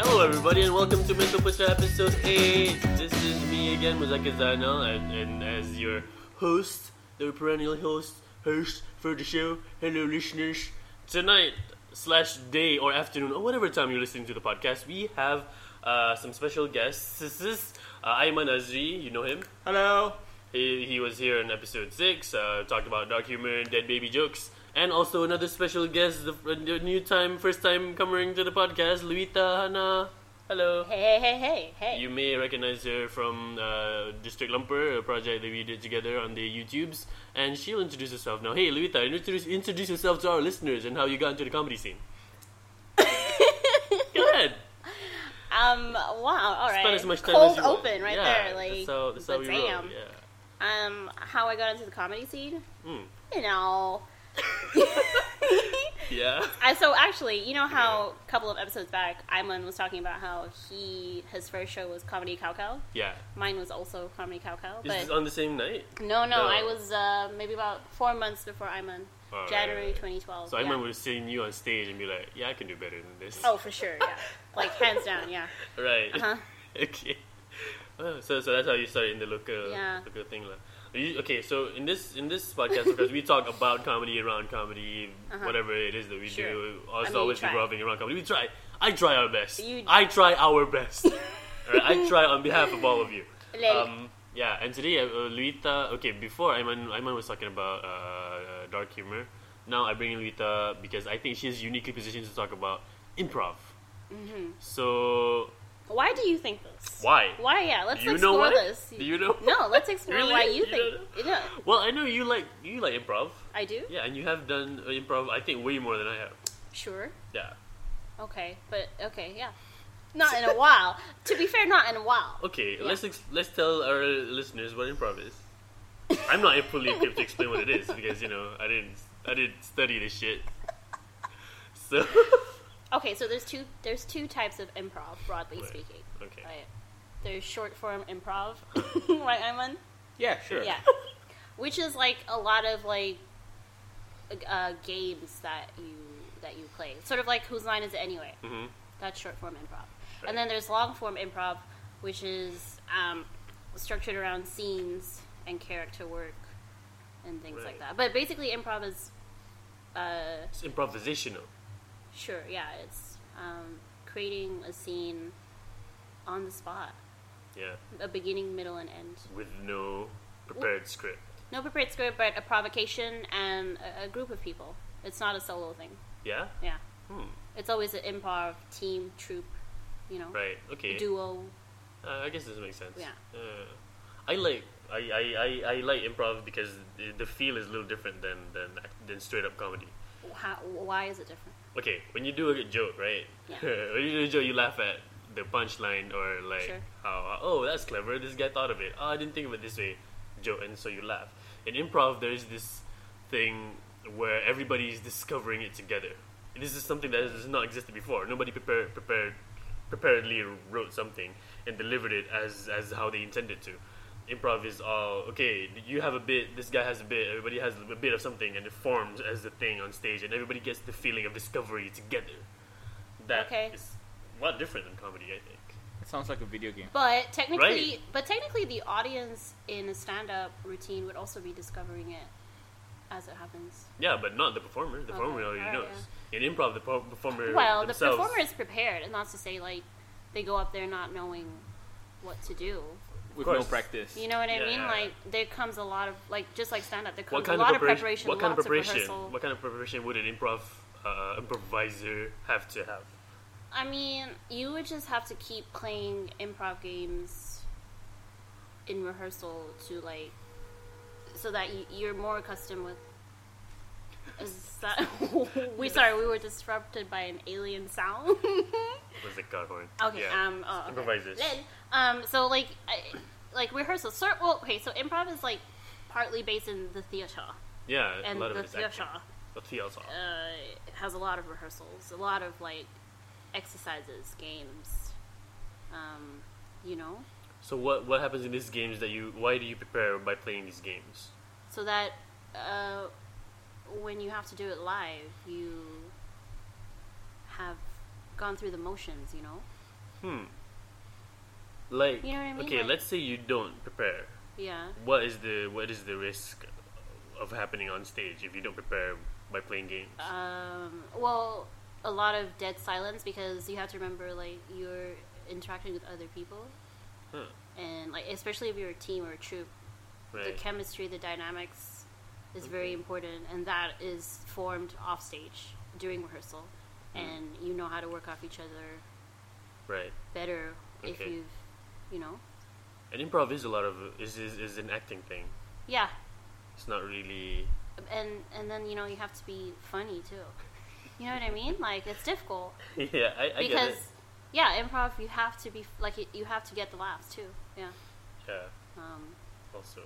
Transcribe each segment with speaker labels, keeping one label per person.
Speaker 1: Hello, everybody, and welcome to Mental Pusher episode 8. This is me again, Muzaka Zanel, and, and as your host, the perennial host, host for the show. Hello, listeners. Tonight, slash day, or afternoon, or whatever time you're listening to the podcast, we have uh, some special guests. This is uh, Ayman Azri, you know him.
Speaker 2: Hello.
Speaker 1: He, he was here in episode 6, uh, talked about dark humor and dead baby jokes. And also another special guest, the, the new time, first time coming to the podcast, Luita Hana. Hello.
Speaker 3: Hey, hey, hey, hey, hey.
Speaker 1: You may recognize her from uh, District Lumper, a project that we did together on the YouTubes. And she'll introduce herself now. Hey, Luita, introduce, introduce yourself to our listeners and how you got into the comedy scene. Go ahead.
Speaker 3: um, wow, all right.
Speaker 1: Spend as much time
Speaker 3: Cold
Speaker 1: as you want.
Speaker 3: open right
Speaker 1: Yeah,
Speaker 3: there. Like,
Speaker 1: that's how, that's
Speaker 3: but
Speaker 1: how we roll,
Speaker 3: damn.
Speaker 1: Yeah.
Speaker 3: Um, how I got into the comedy scene?
Speaker 1: Mm.
Speaker 3: You know.
Speaker 1: Yeah.
Speaker 3: I, so actually, you know how a couple of episodes back, Iman was talking about how he his first show was comedy cow cow.
Speaker 1: Yeah.
Speaker 3: Mine was also comedy cow cow,
Speaker 1: Is this
Speaker 3: but
Speaker 1: on the same night?
Speaker 3: no, no,
Speaker 1: No.
Speaker 3: I was uh, maybe about four months before Iman,
Speaker 1: Oh, right,
Speaker 3: January
Speaker 1: right, right.
Speaker 3: 2012.
Speaker 1: So I
Speaker 3: yeah.
Speaker 1: remember seeing you on stage and be like, yeah, I can do better than this.
Speaker 3: Oh, for sure, yeah, like hands down, yeah.
Speaker 1: Right.
Speaker 3: Uh-huh.
Speaker 1: okay. Oh, so so that's how you started in the local
Speaker 3: Yeah.
Speaker 1: local thing lah. You- Okay, so in this in this podcast because we talk about comedy around comedy,
Speaker 3: Uh-huh.
Speaker 1: whatever it is that we
Speaker 3: Sure.
Speaker 1: do,
Speaker 3: I
Speaker 1: it's
Speaker 3: mean, you
Speaker 1: always
Speaker 3: try.
Speaker 1: revolving around comedy. We try. I try our best.
Speaker 3: You-
Speaker 1: I try our best. Alright, I try on behalf of all of you.
Speaker 3: Like-
Speaker 1: Um, yeah, and today uh, uh, Luita. Okay, before Iman, Iman was talking about uh, uh, dark humor. Now I bring in Luita because I think she's uniquely positioned to talk about improv. So
Speaker 3: Why do you think this?
Speaker 1: Why?
Speaker 3: Why? Yeah, let's
Speaker 1: You know
Speaker 3: explore
Speaker 1: what?
Speaker 3: this.
Speaker 1: Do you know?
Speaker 3: No, let's explore
Speaker 1: Really?
Speaker 3: why you
Speaker 1: You
Speaker 3: think. You know,
Speaker 1: Well, I know you like you like improv.
Speaker 3: I do.
Speaker 1: Yeah, and you have done uh, improv. I think way more than I have.
Speaker 3: Sure.
Speaker 1: Yeah.
Speaker 3: Okay, but okay, yeah. Not in a while. to be fair, not in a while.
Speaker 1: Okay.
Speaker 3: Yeah.
Speaker 1: Let's ex- let's tell our listeners what improv is. I'm not fully equipped to explain what it is because you know I didn't I didn't study this shit. So
Speaker 3: Okay, so there's two there's two types of improv, broadly
Speaker 1: Right.
Speaker 3: speaking.
Speaker 1: okay.
Speaker 3: Right. There's short form improv, right, Iman?
Speaker 2: Yeah, sure.
Speaker 3: Yeah. Which is like a lot of like uh, games that you that you play. Sort of like whose line is it anyway?
Speaker 1: hmm
Speaker 3: That's short form improv. And then there's long form improv, which is um, structured around scenes and character work and things
Speaker 1: Right.
Speaker 3: like that. But basically, improv is uh,
Speaker 1: It's improvisational.
Speaker 3: sure, yeah, it's um, creating a scene on the spot,
Speaker 1: Yeah.
Speaker 3: a beginning, middle, and end.
Speaker 1: With no prepared script.
Speaker 3: No prepared script, but a provocation and a, a group of people. It's not a solo thing.
Speaker 1: Yeah.
Speaker 3: Yeah,
Speaker 1: Hmm.
Speaker 3: it's always an improv team, troupe, you know,
Speaker 1: Right. Okay.
Speaker 3: duo.
Speaker 1: Uh, I guess this makes sense.
Speaker 3: Yeah.
Speaker 1: Uh, I like I, I, I, I like improv because the- the feel is a little different than than than straight up comedy.
Speaker 3: How, why is it different?
Speaker 1: Okay, when you do a joke, right? when you do a joke, you laugh at the punchline or like
Speaker 3: Sure.
Speaker 1: how oh that's clever. This guy thought of it. Oh, I didn't think of it this way, joke, and so you laugh. In improv, there's this thing where everybody is discovering it together. This is something that has not existed before. Nobody prepared prepared preparedly wrote something and delivered it as as how they intended to. Improv is all okay. You have a bit. This guy has a bit. Everybody has a bit of something, and it forms as the thing on stage, and everybody gets the feeling of discovery together. That is
Speaker 3: Okay.
Speaker 1: a lot different than comedy, I think.
Speaker 2: It sounds like a video game.
Speaker 3: But technically,
Speaker 1: Right.
Speaker 3: but technically, the audience in a stand-up routine would also be discovering it as it happens.
Speaker 1: Yeah, but not the performer. The
Speaker 3: Okay,
Speaker 1: performer already
Speaker 3: alright,
Speaker 1: knows. In improv, the pro- performer
Speaker 3: well,
Speaker 1: themselves,
Speaker 3: the performer is prepared, and that's to say, like, they go up there not knowing what to do.
Speaker 2: With
Speaker 1: course.
Speaker 2: no practice.
Speaker 3: You know what I
Speaker 1: Yeah,
Speaker 3: mean?
Speaker 1: yeah.
Speaker 3: Like, there comes a lot of like, just like stand-up, there comes
Speaker 1: what kind
Speaker 3: a lot
Speaker 1: of
Speaker 3: of
Speaker 1: preparation?
Speaker 3: preparation,
Speaker 1: What kind of
Speaker 3: lots
Speaker 1: preparation?
Speaker 3: rehearsal.
Speaker 1: What kind of preparation would an improv uh, improviser have to have?
Speaker 3: I mean, you would just have to keep playing improv games in rehearsal to like, so that you, you're more accustomed with. Is that we sorry we were disrupted by an alien sound.
Speaker 1: Was the car horn?
Speaker 3: okay.
Speaker 1: Yeah.
Speaker 3: Um. Oh, okay.
Speaker 1: Improvisers.
Speaker 3: Then, um. So like, I, like rehearsal. Sort. Well, okay. So improv is like partly based in the theater,
Speaker 1: yeah,
Speaker 3: and
Speaker 1: a lot of
Speaker 3: the
Speaker 1: it is acting.
Speaker 3: theater
Speaker 1: The theater.
Speaker 3: uh, has a lot of rehearsals, a lot of like exercises, games. Um, you know,
Speaker 1: So what what happens in these games that you? Why do you prepare by playing these games?
Speaker 3: so that uh, when you have to do it live, you have gone through the motions. You know,
Speaker 1: Hmm. Like
Speaker 3: You know what I mean?
Speaker 1: okay,
Speaker 3: Like-
Speaker 1: let's say you don't prepare.
Speaker 3: Yeah.
Speaker 1: What is the what is the risk of happening on stage if you don't prepare by playing games?
Speaker 3: Um, well, a lot of dead silence because you have to remember like you're interacting with other people,
Speaker 1: Huh,
Speaker 3: and like especially if you're a team or a troop, the
Speaker 1: right.
Speaker 3: chemistry, the dynamics is very important, and that is formed off stage during rehearsal,
Speaker 1: Hmm.
Speaker 3: and you know how to work off each other
Speaker 1: right.
Speaker 3: better if
Speaker 1: Okay.
Speaker 3: you've, you know,
Speaker 1: And improv is a lot of is is, is an acting thing.
Speaker 3: yeah,
Speaker 1: It's not really
Speaker 3: and and then you know you have to be funny too. You know what I mean? Like it's difficult.
Speaker 1: Yeah, I, I get
Speaker 3: because
Speaker 1: it.
Speaker 3: yeah improv you have to be like you- you have to get the laughs too yeah
Speaker 1: Yeah,
Speaker 3: um,
Speaker 1: also.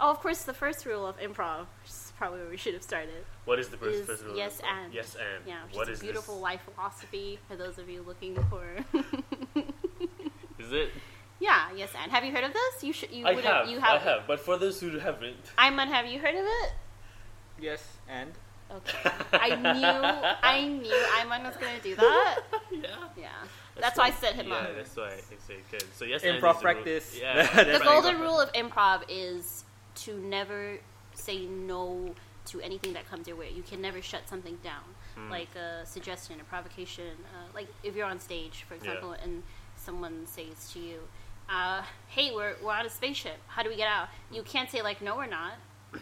Speaker 3: oh of course the first rule of improv which is probably where we should have started
Speaker 1: What is the first
Speaker 3: is
Speaker 1: person?
Speaker 3: yes and
Speaker 1: Yes and.
Speaker 3: yeah which
Speaker 1: What
Speaker 3: is
Speaker 1: is
Speaker 3: a beautiful
Speaker 1: this?
Speaker 3: life philosophy for those of you looking for
Speaker 1: Is it?
Speaker 3: yeah yes and have you heard of this you should you
Speaker 1: I
Speaker 3: would
Speaker 1: have,
Speaker 3: you
Speaker 1: I have. But for those who haven't,
Speaker 3: Ayman, have you heard of it
Speaker 2: Yes, and
Speaker 3: okay I knew I knew Ayman was gonna do that
Speaker 1: yeah.
Speaker 3: yeah that's, why I set him
Speaker 1: yeah,
Speaker 3: up
Speaker 1: that's why I say good. So yes, and
Speaker 2: Improv
Speaker 1: is the
Speaker 2: practice.
Speaker 1: Rule. Yeah,
Speaker 2: The
Speaker 3: the
Speaker 2: Right.
Speaker 3: golden rule of improv is to never say no to anything that comes your way. You can never shut something down, like a suggestion, a provocation. Uh, like if you're on stage, for example, and someone says to you, uh, "Hey, we're we're on a spaceship. How do we get out?" You can't say like, "No, we're not."
Speaker 1: Hmm,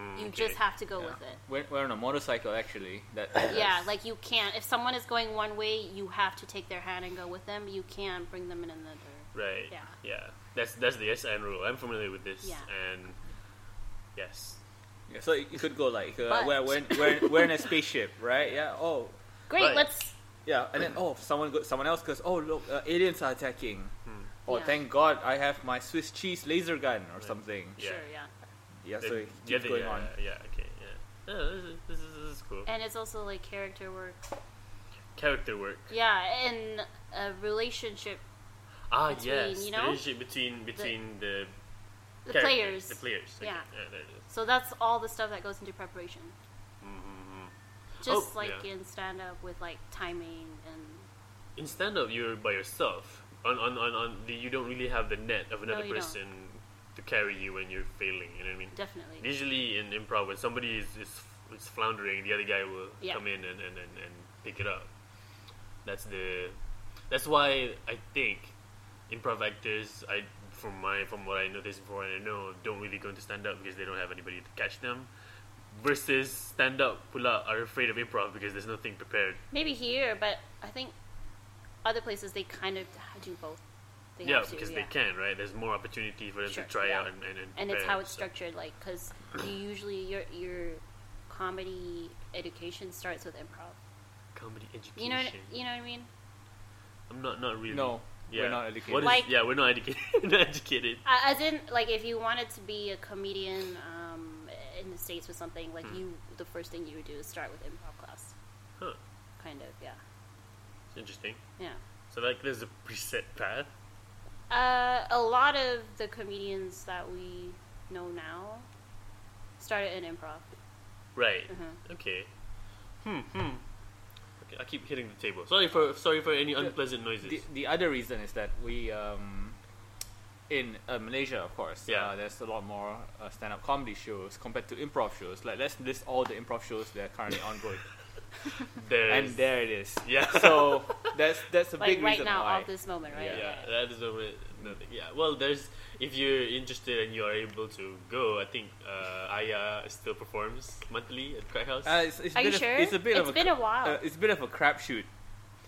Speaker 1: Mm,
Speaker 3: You just have to go
Speaker 2: yeah.
Speaker 3: with it.
Speaker 2: We're, we're on a motorcycle actually. That
Speaker 3: Yeah,
Speaker 2: that's-
Speaker 3: like you can't. If someone is going one way, you have to take their hand and go with them. You can't bring them in another.
Speaker 1: Right.
Speaker 3: Yeah.
Speaker 1: Yeah. That's that's the yes and rule. I'm familiar with this.
Speaker 3: Yeah.
Speaker 1: And yes.
Speaker 2: Yeah, so it could go like uh,
Speaker 3: But-
Speaker 2: we're, we're, we're, we're in a spaceship, right? Yeah. Oh,
Speaker 3: Great,
Speaker 1: Right.
Speaker 3: let's
Speaker 2: yeah. And then oh, someone go, someone else goes, oh look, uh, aliens are attacking.
Speaker 1: Hmm.
Speaker 2: Oh,
Speaker 3: Yeah.
Speaker 2: thank God I have my Swiss cheese laser gun or something.
Speaker 1: Yeah.
Speaker 3: sure, yeah.
Speaker 2: Yeah, so
Speaker 1: The-
Speaker 2: it
Speaker 1: yeah, the-
Speaker 2: keeps
Speaker 1: uh,
Speaker 2: going
Speaker 1: yeah,
Speaker 2: on.
Speaker 1: Yeah. Okay. Yeah. Yeah, this, is, this, is, this is cool.
Speaker 3: And it's also like character work.
Speaker 1: Character work.
Speaker 3: Yeah, and a relationship,
Speaker 1: Ah,
Speaker 3: Between,
Speaker 1: yes.
Speaker 3: you know,
Speaker 1: the relationship between between the,
Speaker 3: the
Speaker 1: characters,
Speaker 3: players.
Speaker 1: The players. Okay.
Speaker 3: Yeah.
Speaker 1: yeah. There it is.
Speaker 3: So that's all the stuff that goes into preparation. Just
Speaker 1: Oh,
Speaker 3: like
Speaker 1: yeah.
Speaker 3: in stand up with like timing and
Speaker 1: in stand up you're by yourself on on, on, on the, you don't really have the net of another
Speaker 3: you don't.
Speaker 1: person to carry you when you're failing you know what i mean
Speaker 3: definitely.
Speaker 1: usually in improv when somebody is, is, is floundering the other guy will
Speaker 3: Yeah.
Speaker 1: come in and, and, and, and pick it up that's the that's why i think improv actors i from my from what i noticed before and i know don't really go into stand up because they don't have anybody to catch them versus stand up pula are afraid of improv because there's nothing prepared
Speaker 3: Maybe here, but I think other places they kind of do both. They
Speaker 1: yeah,
Speaker 3: have to,
Speaker 1: because
Speaker 3: yeah.
Speaker 1: they can, right? There's more opportunity for them
Speaker 3: Sure,
Speaker 1: to try
Speaker 3: yeah.
Speaker 1: out and, and, and,
Speaker 3: And it's
Speaker 1: prepare
Speaker 3: how it's
Speaker 1: stuff.
Speaker 3: structured, like because you usually your your comedy education starts with improv.
Speaker 1: Comedy education.
Speaker 3: You know, what, you know what I mean?
Speaker 1: I'm not not really.
Speaker 2: No,
Speaker 1: yeah.
Speaker 2: we're not educated.
Speaker 1: What is-
Speaker 3: Like-
Speaker 1: yeah, we're not educated. not educated.
Speaker 3: Uh, As in, like, if you wanted to be a comedian um, in the states or something,
Speaker 2: Hmm.
Speaker 3: like you, the first thing you would do is start with improv class,
Speaker 1: Huh.
Speaker 3: kind of. Yeah,
Speaker 1: It's interesting.
Speaker 3: yeah.
Speaker 1: So like, there's a preset path.
Speaker 3: Uh, a lot of the comedians that we know now started in improv.
Speaker 1: Right.
Speaker 3: Mhm.
Speaker 1: Okay. Hmm. Hmm. Okay, I keep hitting the table. Sorry for sorry for any unpleasant noises.
Speaker 2: The, the other reason is that we, um, in uh, Malaysia, of course,
Speaker 1: Yeah.
Speaker 2: uh, there's a lot more uh, stand up comedy shows compared to improv shows. Like, let's list all the improv shows that are currently ongoing.
Speaker 1: There
Speaker 2: and
Speaker 1: is-
Speaker 2: there it is.
Speaker 1: Yeah.
Speaker 2: So, that's that's a
Speaker 3: Like
Speaker 2: big
Speaker 3: right
Speaker 2: reason
Speaker 3: now,
Speaker 2: why.
Speaker 3: of this moment, right?
Speaker 1: Yeah, that is over. Nothing. Yeah, well, there's if you're interested and you are able to go, I think uh, Aya still performs monthly at Crack House.
Speaker 2: Uh, it's, it's
Speaker 3: Are
Speaker 2: bit
Speaker 3: you
Speaker 2: of,
Speaker 3: sure?
Speaker 2: It's a bit
Speaker 3: It's
Speaker 2: of a,
Speaker 3: been a while.
Speaker 2: Uh, it's a bit of a crapshoot.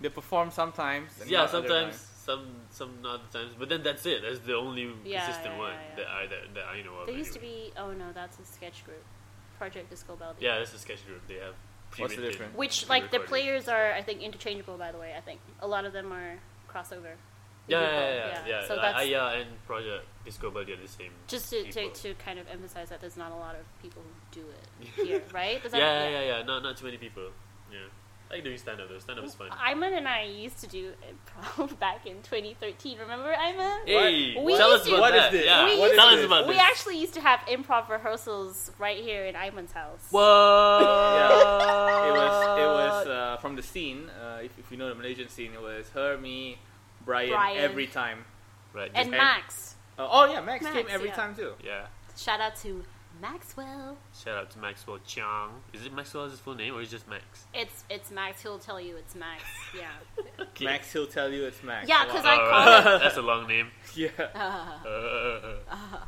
Speaker 2: They perform sometimes. and
Speaker 1: yeah,
Speaker 2: not other
Speaker 1: sometimes,
Speaker 2: times.
Speaker 1: some some other times, but then that's it. That's the only
Speaker 3: Yeah,
Speaker 1: consistent
Speaker 3: yeah,
Speaker 1: one
Speaker 3: yeah, yeah.
Speaker 1: that I that, that I know of.
Speaker 3: There used to
Speaker 1: anyway.
Speaker 3: be. Oh no, that's a sketch group, Project Disco Baldy.
Speaker 1: Yeah, that's the sketch group. They have.
Speaker 2: What's the
Speaker 1: pre-written-
Speaker 2: difference?
Speaker 3: Which
Speaker 1: they
Speaker 3: like the
Speaker 1: recorded.
Speaker 3: players are, I think, interchangeable. By the way, I think a lot of them are crossover. They
Speaker 1: Yeah,
Speaker 3: do
Speaker 1: yeah, yeah, yeah.
Speaker 3: both,
Speaker 1: yeah.
Speaker 3: So
Speaker 1: So
Speaker 3: that's
Speaker 1: Aya and Project Disco Body are the same.
Speaker 3: Just to, to,
Speaker 1: people.
Speaker 3: to kind of emphasize that there's not a lot of people who do it here, right? Does that
Speaker 1: yeah, yeah, yeah, yeah. Not not too many people. Yeah, I like doing stand up though. Stand up is fun.
Speaker 3: Ayman and I used to do improv back in 2013. Remember, Ayman?
Speaker 1: Hey,
Speaker 3: We
Speaker 1: tell
Speaker 3: used
Speaker 1: us
Speaker 3: to-
Speaker 1: about
Speaker 2: What is
Speaker 1: that.
Speaker 2: this?
Speaker 1: Yeah,
Speaker 3: What is
Speaker 1: tell us
Speaker 2: this?
Speaker 1: about
Speaker 3: We
Speaker 1: this.
Speaker 3: actually used to have improv rehearsals right here in Ayman's house.
Speaker 1: Whoa!
Speaker 2: uh, It was it was uh, from the scene. Uh, if, if you know the Malaysian scene, it was her, me, Brian,
Speaker 3: Brian.
Speaker 2: every time.
Speaker 1: Right. Just,
Speaker 3: and
Speaker 2: and-
Speaker 3: Max.
Speaker 2: Uh, oh yeah, Max,
Speaker 3: Max,
Speaker 2: came every
Speaker 3: yeah.
Speaker 2: time too.
Speaker 1: yeah.
Speaker 3: Shout out to Maxwell.
Speaker 1: Shout out to Maxwell Chang. Is it Maxwell as his full name or is it just Max?
Speaker 3: It's it's Max. He'll tell you it's Max. Yeah.
Speaker 1: Okay.
Speaker 2: Max, he'll tell you it's Max.
Speaker 3: Yeah, 'cause Oh. I
Speaker 1: All
Speaker 3: called
Speaker 1: right. That's a long name.
Speaker 2: yeah.
Speaker 1: Uh,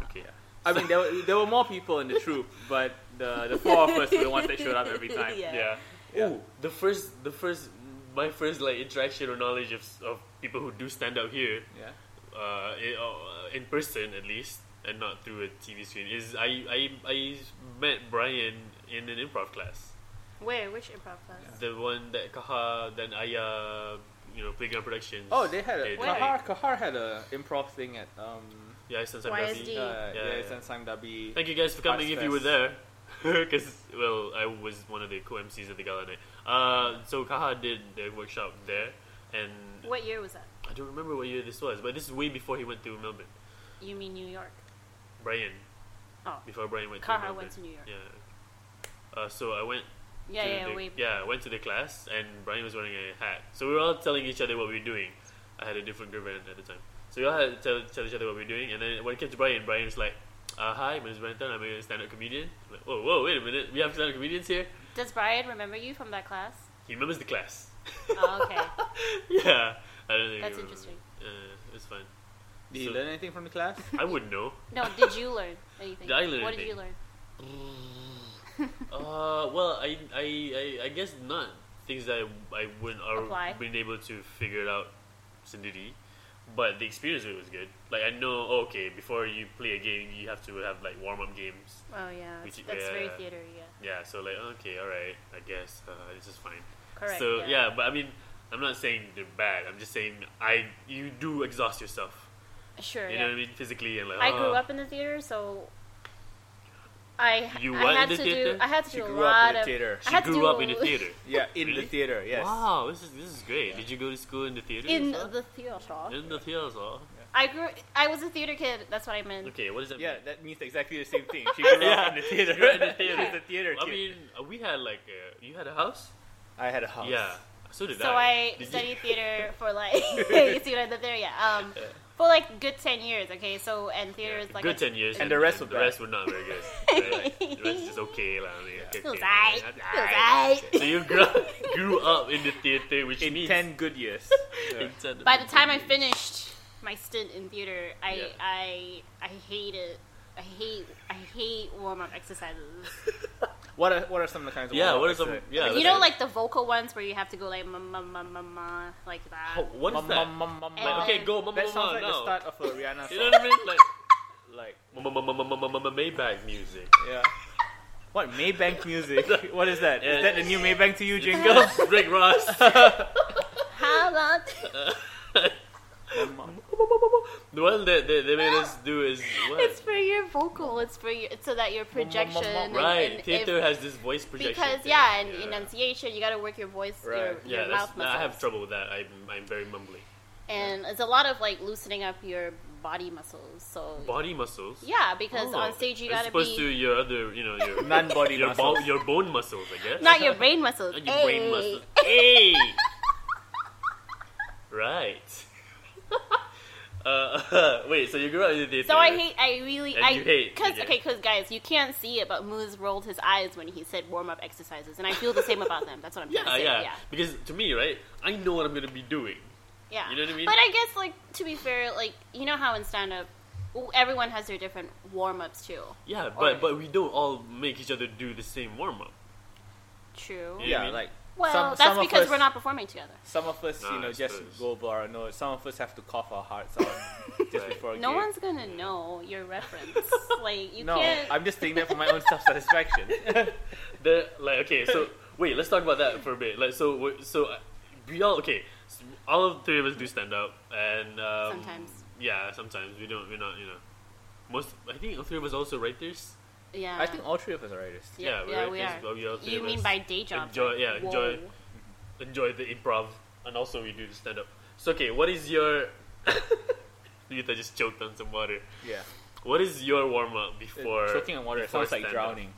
Speaker 1: okay.
Speaker 2: I mean, there were, there were more people in the troop, but the the four of us were the ones that showed up every time.
Speaker 3: Yeah.
Speaker 1: Yeah.
Speaker 2: Yeah.
Speaker 1: Ooh, the first, the first, my first like interaction or knowledge of of people who do stand out here,
Speaker 2: Yeah.
Speaker 1: uh, in, uh, in person at least, and not through a TV screen, is I I I met Brian in an improv class.
Speaker 3: Where? Which improv class?
Speaker 1: The one that Kaha then Aya, you know, Playground Productions.
Speaker 2: Oh, they had a
Speaker 1: did.
Speaker 3: Where?
Speaker 2: Kahar, Kahar had a improv thing at um
Speaker 1: Yeah, I sent some
Speaker 3: YSD.
Speaker 1: Dabi.
Speaker 2: uh, yeah,
Speaker 1: Yeah,
Speaker 2: it's
Speaker 1: yeah.
Speaker 2: in Sang Dabi.
Speaker 1: Thank you guys for coming
Speaker 2: Arts
Speaker 1: if you were
Speaker 2: Fest.
Speaker 1: there. Because, well, I was one of the co MCs of the gala night. Uh, so Kaha did the workshop there, and
Speaker 3: What year was that?
Speaker 1: I don't remember what year this was, but this is way before he went to Melbourne.
Speaker 3: You mean New York?
Speaker 1: Brian,
Speaker 3: Oh,
Speaker 1: before Brian went to
Speaker 3: Kaha
Speaker 1: Melbourne.
Speaker 3: went to New York.
Speaker 1: Yeah. Uh, so I went.
Speaker 3: Yeah,
Speaker 1: to
Speaker 3: yeah,
Speaker 1: the,
Speaker 3: way.
Speaker 1: yeah. I went to the class, and Brian was wearing a hat. So we were all telling each other what we were doing. I had a different girlfriend at the time, so we all had to tell, tell each other what we were doing. And then when it came to Brian, Brian was like, uh, "Hi, my name is Brian. Tan. I'm a stand-up comedian." I'm like, whoa, whoa, wait a minute. We have stand-up comedians here.
Speaker 3: Does Brian remember you from that class?
Speaker 1: He remembers the class.
Speaker 3: Oh, okay.
Speaker 1: yeah, I don't think. he
Speaker 3: That's
Speaker 1: remembers.
Speaker 3: interesting.
Speaker 1: Uh, it's fine.
Speaker 2: Did you
Speaker 1: So-
Speaker 2: learn anything from the class?
Speaker 1: I would know.
Speaker 3: No, did you learn anything?
Speaker 1: Did I learn
Speaker 3: what did you
Speaker 1: anything?
Speaker 3: learn?
Speaker 1: Uh, well, I, I, I, I guess not things that I, I wouldn't or
Speaker 3: Apply.
Speaker 1: been able to figure it out, Sindiri. But the experience of it was good. Like I know, oh, okay, before you play a game, you have to have like warm up games.
Speaker 3: Oh yeah,
Speaker 1: Which-
Speaker 3: that's, that's very
Speaker 1: yeah.
Speaker 3: theater. Yeah,
Speaker 1: Yeah, so like okay, all right, I guess uh, this is fine.
Speaker 3: correct.
Speaker 1: so
Speaker 3: yeah.
Speaker 1: yeah. but I mean, I'm not saying they're bad. I'm just saying I you do exhaust yourself.
Speaker 3: sure.
Speaker 1: You
Speaker 3: yeah.
Speaker 1: know what I mean, physically and like.
Speaker 3: I grew
Speaker 1: oh,
Speaker 3: up in the theater, so I
Speaker 1: You
Speaker 3: I
Speaker 1: what in
Speaker 3: had
Speaker 1: the
Speaker 3: to
Speaker 1: theater?
Speaker 3: do I had to
Speaker 2: She
Speaker 3: do a
Speaker 2: grew up
Speaker 3: lot
Speaker 2: in the
Speaker 3: of
Speaker 2: theater.
Speaker 3: I
Speaker 1: She
Speaker 3: had to
Speaker 1: grew up
Speaker 3: do-
Speaker 1: in the theater.
Speaker 2: Yeah, in
Speaker 1: Really?
Speaker 2: the theater. Yes.
Speaker 1: Wow, this is this is great. Did you go to school in the theater?
Speaker 3: in
Speaker 1: as well?
Speaker 3: the theater.
Speaker 1: in the theater.
Speaker 3: I grew I was a theater kid. That's what I meant.
Speaker 1: Okay, what does that
Speaker 2: Yeah,
Speaker 1: mean?
Speaker 2: that means exactly the same thing. She grew
Speaker 1: Yeah.
Speaker 2: up in the theater.
Speaker 1: She grew up in the theater.
Speaker 2: She's a theater
Speaker 1: I
Speaker 2: kid.
Speaker 1: mean, uh, we had like uh, you had a house.
Speaker 2: I had a house.
Speaker 1: Yeah, so did
Speaker 3: So
Speaker 1: I.
Speaker 3: I
Speaker 1: Did you-
Speaker 3: studied theater for like you see what I did there? Yeah. Um, for like good ten years. Okay, so and theater
Speaker 1: Yeah,
Speaker 3: is like
Speaker 1: good
Speaker 3: a-
Speaker 1: ten years,
Speaker 2: And the rest were
Speaker 1: the
Speaker 2: bad.
Speaker 1: rest were not very good. Right? the rest is just okay, lah. I mean, okay,
Speaker 3: It was
Speaker 1: okay,
Speaker 3: aight.
Speaker 1: that's
Speaker 3: It was
Speaker 1: aight.
Speaker 3: aight.
Speaker 1: So you grew, grew up in the theater, which
Speaker 2: In
Speaker 1: means
Speaker 2: ten good years. Yeah.
Speaker 1: in 10
Speaker 3: By the time I finished my stint in theater, I
Speaker 1: Yeah.
Speaker 3: I I hate it. I hate I hate warm up exercises.
Speaker 2: What are what are some of the kinds of
Speaker 1: Yeah,
Speaker 2: warm-up
Speaker 1: what are some-
Speaker 2: exercises?
Speaker 1: yeah,
Speaker 3: you
Speaker 1: that's
Speaker 3: know,
Speaker 1: right.
Speaker 3: like the vocal ones where you have to go like ma ma ma ma ma like that.
Speaker 1: Oh, what is
Speaker 2: Mum,
Speaker 1: that?
Speaker 2: mum, mum, mum,
Speaker 3: And
Speaker 2: mum.
Speaker 1: Like,
Speaker 3: then-
Speaker 1: okay, go, mama,
Speaker 2: That sounds
Speaker 1: mama,
Speaker 2: like
Speaker 1: now.
Speaker 2: the start of a Rihanna
Speaker 1: You know
Speaker 2: song.
Speaker 1: what I mean? Like,
Speaker 2: like,
Speaker 1: mama, mama, mama, mama, mama, Maybach music.
Speaker 2: yeah. What Maybank music? What is that? Is
Speaker 1: Yeah.
Speaker 2: that the new Maybank to you jingle?
Speaker 1: Go, Rick Ross.
Speaker 3: How about
Speaker 1: the one that they, they made us do is what?
Speaker 3: it's for your vocal? It's for your so that your
Speaker 2: ma, ma, ma.
Speaker 3: projection and-
Speaker 1: Right,
Speaker 3: and
Speaker 1: theater
Speaker 3: if-
Speaker 1: has this voice projection.
Speaker 3: because
Speaker 1: thing.
Speaker 3: yeah, and enunciation you got to work your voice, your,
Speaker 2: Right.
Speaker 1: yeah,
Speaker 3: your
Speaker 1: that's,
Speaker 3: mouth muscles,
Speaker 1: I have trouble with that. I'm, I'm very mumbly.
Speaker 3: and it's a lot of like loosening up your body muscles. So
Speaker 1: Body muscles.
Speaker 3: yeah, because
Speaker 1: Oh,
Speaker 3: on stage you
Speaker 1: as
Speaker 3: got to
Speaker 1: opposed to
Speaker 3: be
Speaker 1: your other, you know, your
Speaker 2: Non-body
Speaker 1: your, bo-
Speaker 2: muscles.
Speaker 1: your bone muscles, I guess.
Speaker 3: not your brain muscles.
Speaker 1: Not your brain
Speaker 3: Hey.
Speaker 1: muscles. Hey. right. uh, wait. So you grew up in the theater.
Speaker 3: So I hate. I really.
Speaker 1: And
Speaker 3: I
Speaker 1: you hate,
Speaker 3: Cause,
Speaker 1: yeah.
Speaker 3: okay, because guys, you can't see it, but Moose rolled his eyes when he said warm up exercises, and I feel the same about them. That's what I'm trying
Speaker 1: Yeah,
Speaker 3: to say.
Speaker 1: yeah,
Speaker 3: yeah,
Speaker 1: Because to me, right, I know what I'm gonna be doing.
Speaker 3: yeah.
Speaker 1: You know what I mean?
Speaker 3: But I guess, like, to be fair, like, you know how in stand up, everyone has their different warm ups too.
Speaker 1: Yeah,
Speaker 3: Or-
Speaker 1: but but we don't all make each other do the same warm up.
Speaker 3: True.
Speaker 1: Yeah.
Speaker 2: Yeah, like
Speaker 3: Well,
Speaker 2: some,
Speaker 3: that's
Speaker 2: some of
Speaker 3: because
Speaker 2: us-
Speaker 3: we're not performing together.
Speaker 2: Some of us,
Speaker 1: Nah,
Speaker 2: you know,
Speaker 1: I
Speaker 2: just
Speaker 1: suppose.
Speaker 2: go blow our nose. Some of us have to cough our hearts out just
Speaker 1: Right.
Speaker 2: before a
Speaker 3: No
Speaker 2: game.
Speaker 3: one's gonna know your reference. like, you
Speaker 2: no,
Speaker 3: can't.
Speaker 2: I'm just saying that for my own self satisfaction.
Speaker 1: The like okay, so wait, let's talk about that for a bit. Like so, we- so uh, we all okay. So all of three of us do stand up, and um,
Speaker 3: Sometimes.
Speaker 1: yeah, sometimes we don't. We're not, you know. Most I think all three of us also writers.
Speaker 3: yeah.
Speaker 2: I think all three of us are writers.
Speaker 1: yeah, we're
Speaker 3: yeah, we
Speaker 1: writers,
Speaker 3: are.
Speaker 1: but we all three
Speaker 3: You
Speaker 1: of
Speaker 3: mean
Speaker 1: us
Speaker 3: by day job?
Speaker 1: enjoy- yeah,
Speaker 3: Whoa.
Speaker 1: enjoy- enjoy the improv, and also we do the stand up. So okay, what is your? Yuta just choked on some water.
Speaker 2: Yeah.
Speaker 1: What is your warm up before?
Speaker 2: Uh, Choking on water
Speaker 1: before
Speaker 2: sounds like
Speaker 1: stand-up?
Speaker 2: drowning.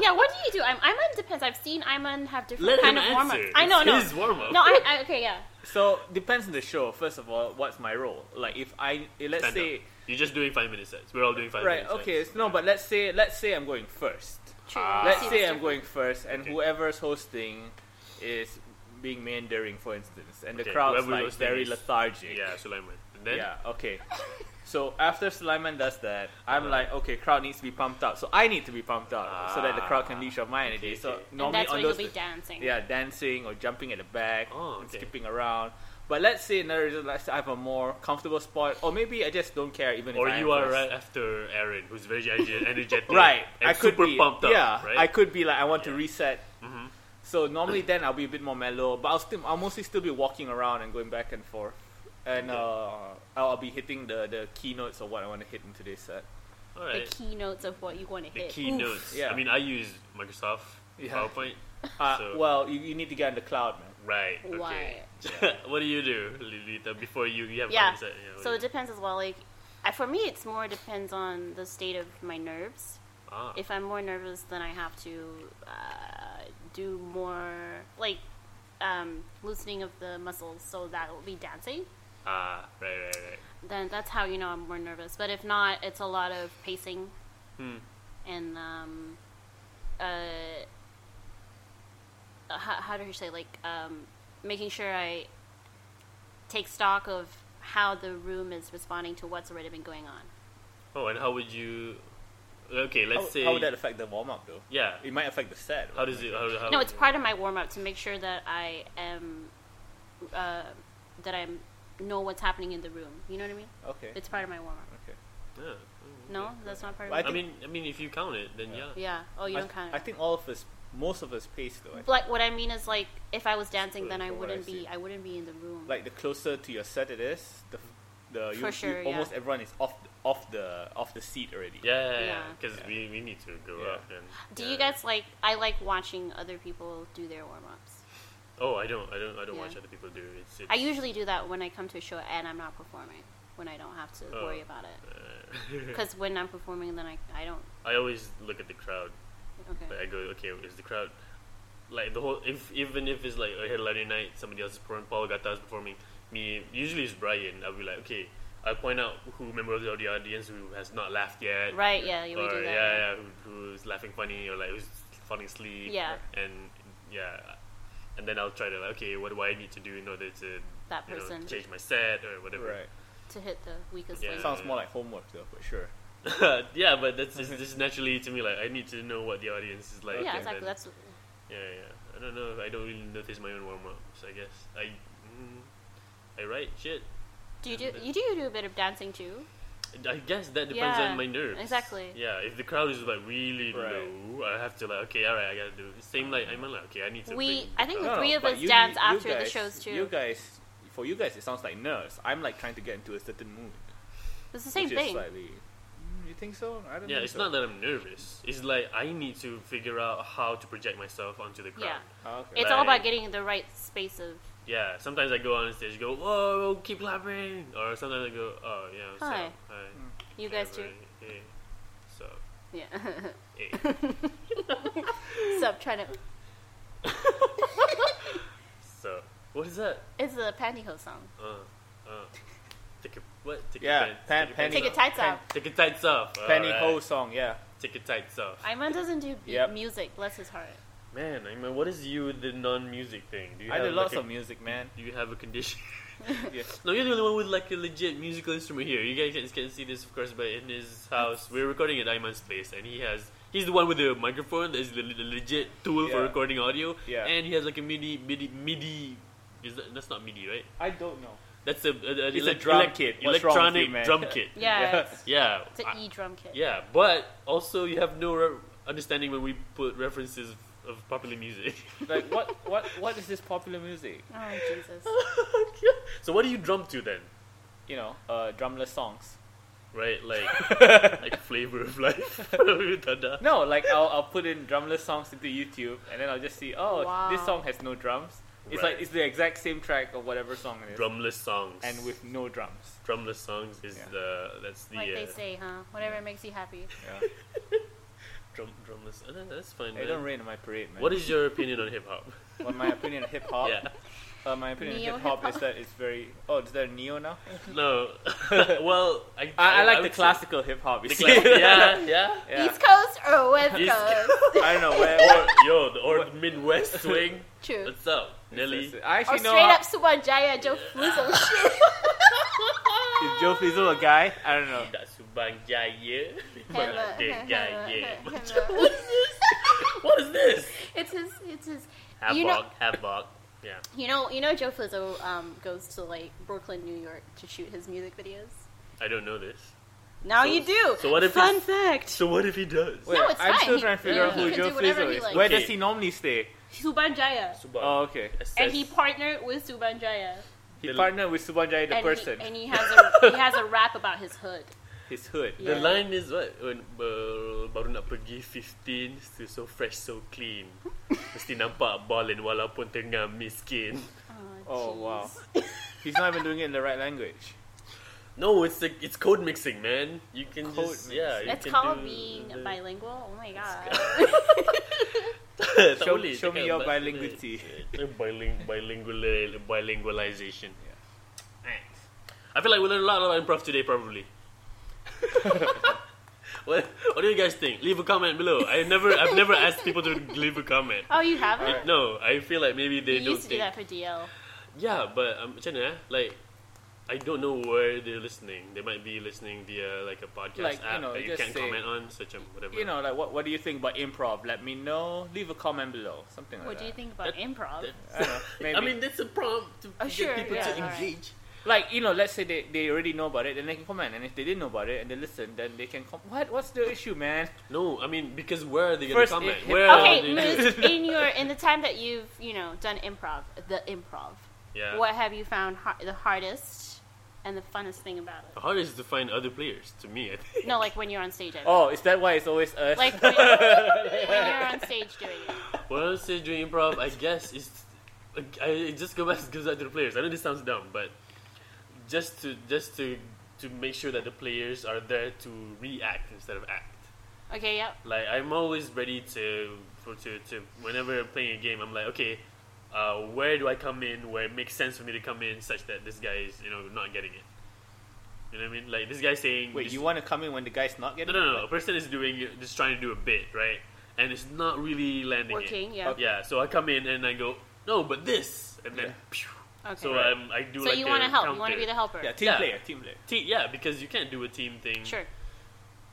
Speaker 3: yeah, what do you do? I'm, Iman depends. I've seen Iman have different
Speaker 1: Let
Speaker 3: kind
Speaker 1: him
Speaker 3: of warm up.
Speaker 1: answer.
Speaker 3: I know,
Speaker 1: It's
Speaker 3: no,
Speaker 1: his warm-up.
Speaker 3: No, I, I okay, yeah.
Speaker 2: So depends on the show. First of all, what's my role? Like if I eh, let's
Speaker 1: Stand
Speaker 2: say
Speaker 1: up. You're just doing five minute sets. We're all doing five
Speaker 2: right,
Speaker 1: minute
Speaker 2: okay,
Speaker 1: sets.
Speaker 2: it's- no, but let's say let's say I'm going first.
Speaker 3: True.
Speaker 1: Ah.
Speaker 2: Let's
Speaker 3: See,
Speaker 2: say
Speaker 3: that's
Speaker 2: I'm
Speaker 3: different.
Speaker 2: going first, and
Speaker 1: Okay.
Speaker 2: whoever's hosting is being meandering, for instance, and the
Speaker 1: Okay,
Speaker 2: crowd's
Speaker 1: whoever
Speaker 2: like
Speaker 1: hosting
Speaker 2: very
Speaker 1: is-
Speaker 2: lethargic.
Speaker 1: Yeah, Sulaiman. And then
Speaker 2: Yeah, okay. So after Sulaiman does that, I'm
Speaker 1: Uh-huh.
Speaker 2: like, okay, crowd needs to be pumped up. So I need to be pumped up so that the crowd can leash up my
Speaker 1: Ah, okay,
Speaker 2: energy.
Speaker 1: okay.
Speaker 2: So
Speaker 1: And
Speaker 3: And
Speaker 2: normally
Speaker 3: that's
Speaker 2: on
Speaker 3: where
Speaker 2: those,
Speaker 3: you'll be dancing.
Speaker 2: yeah, dancing or jumping at the back,
Speaker 1: Oh,
Speaker 2: and
Speaker 1: okay.
Speaker 2: skipping around. But let's say another reason, let's say I have a more comfortable spot, or maybe I just don't care even
Speaker 1: or
Speaker 2: if I
Speaker 1: you
Speaker 2: am
Speaker 1: are
Speaker 2: first.
Speaker 1: right after Aaron, who's very energe- energetic,
Speaker 2: Right,
Speaker 1: And
Speaker 2: I could
Speaker 1: super
Speaker 2: be,
Speaker 1: pumped up.
Speaker 2: Yeah,
Speaker 1: right?
Speaker 2: I could be like, I want to
Speaker 1: Yeah. Mm-hmm.
Speaker 2: reset. So normally then I'll be a bit more mellow, but I'll still, I'll mostly still be walking around and going back and forth, and
Speaker 1: Okay.
Speaker 2: uh, I'll be hitting the the keynotes or what I want to hit in today's set.
Speaker 1: All
Speaker 3: The
Speaker 1: right.
Speaker 3: keynotes of what you want to
Speaker 1: The
Speaker 3: hit.
Speaker 1: keynotes.
Speaker 2: yeah.
Speaker 1: I mean, I use Microsoft
Speaker 2: Yeah.
Speaker 1: PowerPoint.
Speaker 2: Uh,
Speaker 1: So-
Speaker 2: Well, you, you need to get in the cloud, man.
Speaker 1: Right.
Speaker 3: Oof,
Speaker 1: Okay.
Speaker 3: why?
Speaker 1: what do you do, Lilita, before you, you have a
Speaker 3: Yeah.
Speaker 1: mindset? Yeah, what
Speaker 3: So
Speaker 1: do
Speaker 3: it
Speaker 1: you-
Speaker 3: depends as well. Like, I, for me, it's more depends on the state of my nerves.
Speaker 1: ah,
Speaker 3: If I'm more nervous, then I have to uh, do more like um, loosening of the muscles, so that will be dancing.
Speaker 1: ah, right, right, right.
Speaker 3: Then that's how you know I'm more nervous. But if not, it's a lot of pacing
Speaker 1: Hmm.
Speaker 3: and um, uh, uh, how, how do you say like um, making sure I take stock of how the room is responding to what's already been going on.
Speaker 1: Oh, and how would you? Okay, let's
Speaker 2: how,
Speaker 1: say.
Speaker 2: how would that affect the warm up though?
Speaker 1: yeah.
Speaker 2: It might affect the set.
Speaker 1: How does it? How, how,
Speaker 3: No, it's part of my warm up to make sure that I am uh, that I'm know what's happening in the room. You know what I mean?
Speaker 2: Okay.
Speaker 3: It's part of my warm up.
Speaker 2: okay.
Speaker 1: Yeah.
Speaker 3: No, that's not part of.
Speaker 2: But
Speaker 3: my
Speaker 1: I
Speaker 2: think-
Speaker 1: mean, I mean, if you count it, then yeah.
Speaker 2: Yeah.
Speaker 3: Yeah. Oh, you
Speaker 2: I,
Speaker 3: don't count
Speaker 2: I
Speaker 3: it.
Speaker 2: think all of us, most of us, pace though. eh? I think.
Speaker 3: Like what I mean is like if I was dancing, then I
Speaker 2: From what I
Speaker 3: wouldn't be
Speaker 2: see.
Speaker 3: I wouldn't be in the room.
Speaker 2: Like the closer to your set it is, the f- the you,
Speaker 3: For
Speaker 2: you-
Speaker 3: sure, yeah.
Speaker 2: almost everyone is off off the off the seat already.
Speaker 1: Yeah,
Speaker 3: Yeah.
Speaker 1: because we, we need to go
Speaker 2: Yeah.
Speaker 1: up. And,
Speaker 3: Do
Speaker 1: yeah.
Speaker 3: you guys like? I like watching other people do their warm ups.
Speaker 1: Oh, I don't, I don't, I don't
Speaker 3: Yeah.
Speaker 1: watch other people do. it. It's, it's
Speaker 3: I usually do that when I come to a show and I'm not performing, when I don't have to
Speaker 1: Oh.
Speaker 3: worry about it.
Speaker 1: Uh,
Speaker 3: Because when I'm performing, then I, I don't.
Speaker 1: I always look at the crowd. Like
Speaker 3: Okay.
Speaker 1: I go, okay, is the crowd like the whole? If even if it's like a headlining night, somebody else is performing, Paul Gata is performing. Me usually it's Brian. I'll be like, okay, I'll point out who member of the the audience who has not laughed yet.
Speaker 3: Right? Yeah, you
Speaker 1: or,
Speaker 3: would do that.
Speaker 1: Yeah,
Speaker 3: yeah.
Speaker 1: yeah, who, who's laughing funny or like who's falling asleep.
Speaker 3: Yeah.
Speaker 1: And yeah, and then I'll try to like, okay, what do I need to do in order to
Speaker 3: That
Speaker 1: you know,
Speaker 3: person.
Speaker 1: change my set or whatever.
Speaker 2: Right.
Speaker 3: To hit the weakest
Speaker 1: Yeah.
Speaker 3: link.
Speaker 2: Sounds more like homework though, for sure.
Speaker 1: yeah, but that's just, just naturally to me like I need to know what the audience is like.
Speaker 3: yeah,
Speaker 1: and
Speaker 3: exactly.
Speaker 1: then-
Speaker 3: That's
Speaker 1: Yeah, yeah. I don't know. I don't really notice my own warm ups. I guess I, mm, I write shit.
Speaker 3: do you do you do you do a bit of dancing too?
Speaker 1: I guess that depends
Speaker 3: Yeah,
Speaker 1: on my nerves.
Speaker 3: exactly.
Speaker 1: Yeah, if the crowd is like really
Speaker 2: Right.
Speaker 1: low, I have to like okay, all right, I gotta do it. same like I'm like okay, I need to.
Speaker 3: We
Speaker 1: bring
Speaker 3: I think
Speaker 1: the
Speaker 3: the
Speaker 1: crowd.
Speaker 2: No, no,
Speaker 3: three of
Speaker 2: but
Speaker 3: us
Speaker 2: you-
Speaker 3: dance
Speaker 2: you
Speaker 3: after the
Speaker 2: guys-
Speaker 3: shows too.
Speaker 2: You guys, for you guys, it sounds like nerves. I'm like trying to get into a certain mood.
Speaker 3: it's the same
Speaker 2: which is
Speaker 3: thing.
Speaker 2: Slightly, Mm, you think so? I don't.
Speaker 1: Yeah,
Speaker 2: think
Speaker 1: it's
Speaker 2: so.
Speaker 1: not that I'm nervous. It's like I need to figure out how to project myself onto the crowd.
Speaker 2: Ah, okay.
Speaker 3: It's all about
Speaker 1: Like-
Speaker 3: getting the right space of.
Speaker 1: Yeah. Sometimes I go on stage, go whoa, keep clapping, or sometimes I go oh yeah, what's
Speaker 3: Hi.
Speaker 1: up? Hi.
Speaker 3: You guys too.
Speaker 1: everybody. Hey. So.
Speaker 3: Yeah.
Speaker 1: Hey.
Speaker 3: Stop trying to.
Speaker 1: So, what is that?
Speaker 3: It's the pantyhose song.
Speaker 1: Uh, uh, take your what? Take
Speaker 2: Yeah,
Speaker 1: your
Speaker 2: pan-
Speaker 1: pants,
Speaker 2: panty-
Speaker 3: Take your tights
Speaker 2: Pan-
Speaker 3: off.
Speaker 1: Take your tights off.
Speaker 2: Penny
Speaker 1: Alright.
Speaker 2: Ho song, yeah.
Speaker 1: Take your tights off.
Speaker 3: Iman doesn't do b-
Speaker 2: Yep.
Speaker 3: music. Bless his heart.
Speaker 1: Man, I mean, what is you with the non-music thing? Do you
Speaker 2: I do
Speaker 1: have
Speaker 2: lots
Speaker 1: like
Speaker 2: of music, man.
Speaker 1: a, Do you have a condition?
Speaker 2: Yeah.
Speaker 1: no, you're the only one with like a legit musical instrument here. You guys can't- can't see this, of course, but in his house, we're recording at Iman's place, and he has. He's the one with the microphone. That's the, the legit tool for
Speaker 2: Yeah.
Speaker 1: recording audio.
Speaker 2: Yeah.
Speaker 1: And he has like a MIDI, MIDI, MIDI. Is that, that's not MIDI, right?
Speaker 2: I don't know.
Speaker 1: That's a, a, a,
Speaker 2: It's a
Speaker 1: elec-
Speaker 2: drum
Speaker 1: elec-
Speaker 2: kit. What's wrong with
Speaker 1: Electronic
Speaker 2: you, man?
Speaker 1: drum kit.
Speaker 3: Yeah,
Speaker 2: Yeah.
Speaker 3: it's,
Speaker 1: Yeah.
Speaker 3: it's an
Speaker 1: I-
Speaker 3: E drum kit.
Speaker 1: yeah, but also you have no re- understanding when we put references of popular music.
Speaker 2: Like what? What? What is this popular music?
Speaker 3: Oh Jesus.
Speaker 1: so what do you drum to then?
Speaker 2: You know, uh, drumless songs.
Speaker 1: Right? Like like flavor of life. Dada.
Speaker 2: No, like I'll, I'll put in drumless songs into YouTube, and then I'll just see, oh,
Speaker 3: Wow.
Speaker 2: this song has no drums. It's
Speaker 1: Right.
Speaker 2: like it's the exact same track of whatever song it is,
Speaker 1: Drumless songs.
Speaker 2: and with no drums.
Speaker 1: drumless songs is
Speaker 2: Yeah.
Speaker 1: the that's the
Speaker 3: Like they
Speaker 1: uh,
Speaker 3: say, huh? Whatever makes you happy.
Speaker 2: Yeah.
Speaker 1: drum drumless. Uh, that- that's fine.
Speaker 2: Hey,
Speaker 1: man.
Speaker 2: don't rain on my parade, man.
Speaker 1: What is your opinion on hip hop?
Speaker 2: On my opinion, hip hop.
Speaker 1: yeah.
Speaker 2: Uh, my opinion,
Speaker 3: Neo
Speaker 2: hip hop is
Speaker 3: hip-hop.
Speaker 2: that it's very. Oh, is there neo now?
Speaker 1: No. well, I,
Speaker 2: I, I like the
Speaker 1: would say-
Speaker 2: classical hip hop. you
Speaker 1: The
Speaker 2: see.
Speaker 1: classic. Yeah, yeah.
Speaker 2: Yeah.
Speaker 3: East Coast or West
Speaker 1: East
Speaker 3: Coast?
Speaker 2: I don't know where.
Speaker 1: Or yo, the, or the Midwest swing.
Speaker 3: True.
Speaker 1: What's up, Nelly?
Speaker 2: I actually
Speaker 3: Or
Speaker 2: know.
Speaker 3: Oh, straight
Speaker 2: how-
Speaker 3: up Subajaya Joe Flizzo shit.
Speaker 2: Is Joe Flizzo a guy? I don't know.
Speaker 1: That's Subang Jaya.
Speaker 3: Hello,
Speaker 1: Bangkok Jaya.
Speaker 3: hello, hello.
Speaker 1: What is this?
Speaker 3: It's his. It's his.
Speaker 1: Havoc,
Speaker 3: You know-
Speaker 1: havoc. Yeah.
Speaker 3: You know. You know. Joe Flizzo um, goes to like Brooklyn, New York, to shoot his music videos.
Speaker 1: I don't know this.
Speaker 3: Now
Speaker 1: So-
Speaker 3: you do.
Speaker 1: so what if
Speaker 3: Fun
Speaker 1: it's-
Speaker 3: fact.
Speaker 1: So what if he does?
Speaker 2: Wait,
Speaker 3: No, it's
Speaker 2: I'm
Speaker 3: fine.
Speaker 2: still
Speaker 3: He-
Speaker 2: trying to figure
Speaker 1: yeah,
Speaker 2: out
Speaker 1: he
Speaker 2: who
Speaker 3: can
Speaker 2: Joe
Speaker 3: do whatever
Speaker 2: Flizzo
Speaker 3: he
Speaker 2: is.
Speaker 3: likes.
Speaker 2: Where
Speaker 1: Okay.
Speaker 2: does he normally stay?
Speaker 3: Subanjaya,
Speaker 1: Subang.
Speaker 2: Oh, okay.
Speaker 3: and he partnered with Subanjaya,
Speaker 2: He
Speaker 1: The-
Speaker 2: partnered with Subanjaya the
Speaker 3: and
Speaker 2: person.
Speaker 3: He, and he has a he has a rap about his hood.
Speaker 2: His hood.
Speaker 1: The
Speaker 3: Yeah.
Speaker 1: line is what? When baru, baru nak pergi 15 Still so fresh, so clean Mesti nampak ballin walaupun tengah miskin
Speaker 2: Oh
Speaker 3: jeez.
Speaker 2: wow. He's not even doing it in the right language.
Speaker 1: No, it's like, it's code mixing, man You can
Speaker 2: Code
Speaker 1: just, yeah you
Speaker 3: That's
Speaker 1: can
Speaker 3: called
Speaker 1: do
Speaker 3: being
Speaker 1: the-
Speaker 3: bilingual. Oh my god.
Speaker 1: Tak
Speaker 2: Show-
Speaker 1: boleh
Speaker 2: show
Speaker 1: cakap
Speaker 2: me your
Speaker 1: bahasa-
Speaker 2: bilinguality.
Speaker 1: Eh, biling, bilingual, bilingualization Eh. I feel like we learned a lot about improv today, probably What, what do you guys think? Leave a comment below. I never, I've never asked people to leave a comment.
Speaker 3: Oh, you haven't.
Speaker 2: Alright.
Speaker 1: No, I feel like maybe they
Speaker 3: You
Speaker 1: don't
Speaker 3: used to do
Speaker 1: think.
Speaker 3: that for DL.
Speaker 1: Yeah, but um, macam mana? eh? Like, I don't know where they're listening. They might be listening via like a
Speaker 2: Like,
Speaker 1: podcast
Speaker 2: you
Speaker 1: app
Speaker 2: know,
Speaker 1: that you
Speaker 2: just
Speaker 1: can't
Speaker 2: say-
Speaker 1: comment on, such um, whatever.
Speaker 2: You know, like what? What do you think about improv? Let me know. Leave a comment below. Something like
Speaker 3: What do
Speaker 2: that.
Speaker 3: you think about
Speaker 1: That-
Speaker 3: improv?
Speaker 1: that-
Speaker 2: I don't know. Maybe.
Speaker 1: I mean, that's a prompt to
Speaker 3: Oh, sure,
Speaker 1: get people
Speaker 3: yeah,
Speaker 1: to
Speaker 3: alright.
Speaker 1: engage.
Speaker 2: like you know, let's say they, they already know about it, then they can comment. And if they didn't know about it and they listen, then they can com- What? What's the issue, man?
Speaker 1: No, I mean because where are they gonna
Speaker 2: First,
Speaker 1: comment?
Speaker 2: it-
Speaker 1: where are
Speaker 3: okay,
Speaker 1: they?
Speaker 3: Moose, in your in the time that you've you know done improv, the improv,
Speaker 1: yeah.
Speaker 3: what have you found har- the hardest and the funnest thing about
Speaker 1: The hardest is to find other players. To me, I think.
Speaker 3: it? No, like when you're on stage. I mean.
Speaker 2: Oh, is that why it's always us?
Speaker 3: Like when, when you're on stage doing it.
Speaker 1: What I say doing improv, I guess, is I it just go back goes back to the players. I know this sounds dumb, but just to just to to make sure that the players are there to react instead of act.
Speaker 3: Okay, yep.
Speaker 1: Like I'm always ready to for to, to whenever I'm playing a game, I'm like, okay, uh, where do I come in? Where it makes sense for me to come in, such that this guy is you know not getting it. You know what I mean? Like this guy saying,
Speaker 2: Wait,
Speaker 1: this-
Speaker 2: you want to come in when the guy's
Speaker 1: no,
Speaker 2: not getting?
Speaker 1: no,
Speaker 2: it?
Speaker 1: no. A person is doing just trying to do a bit, right? And it's not really landing. it.
Speaker 3: Working, yeah. Okay.
Speaker 1: Yeah. So I come in and I go, no, but this, and then. Pew,
Speaker 3: Okay.
Speaker 1: so um, I do
Speaker 3: So
Speaker 1: like
Speaker 3: you
Speaker 1: a
Speaker 3: want to help? You
Speaker 1: counter.
Speaker 3: want to be the helper?
Speaker 2: Yeah, team
Speaker 1: Yeah.
Speaker 2: player, team player.
Speaker 1: Te- yeah, because you can't do a team thing.
Speaker 3: Sure.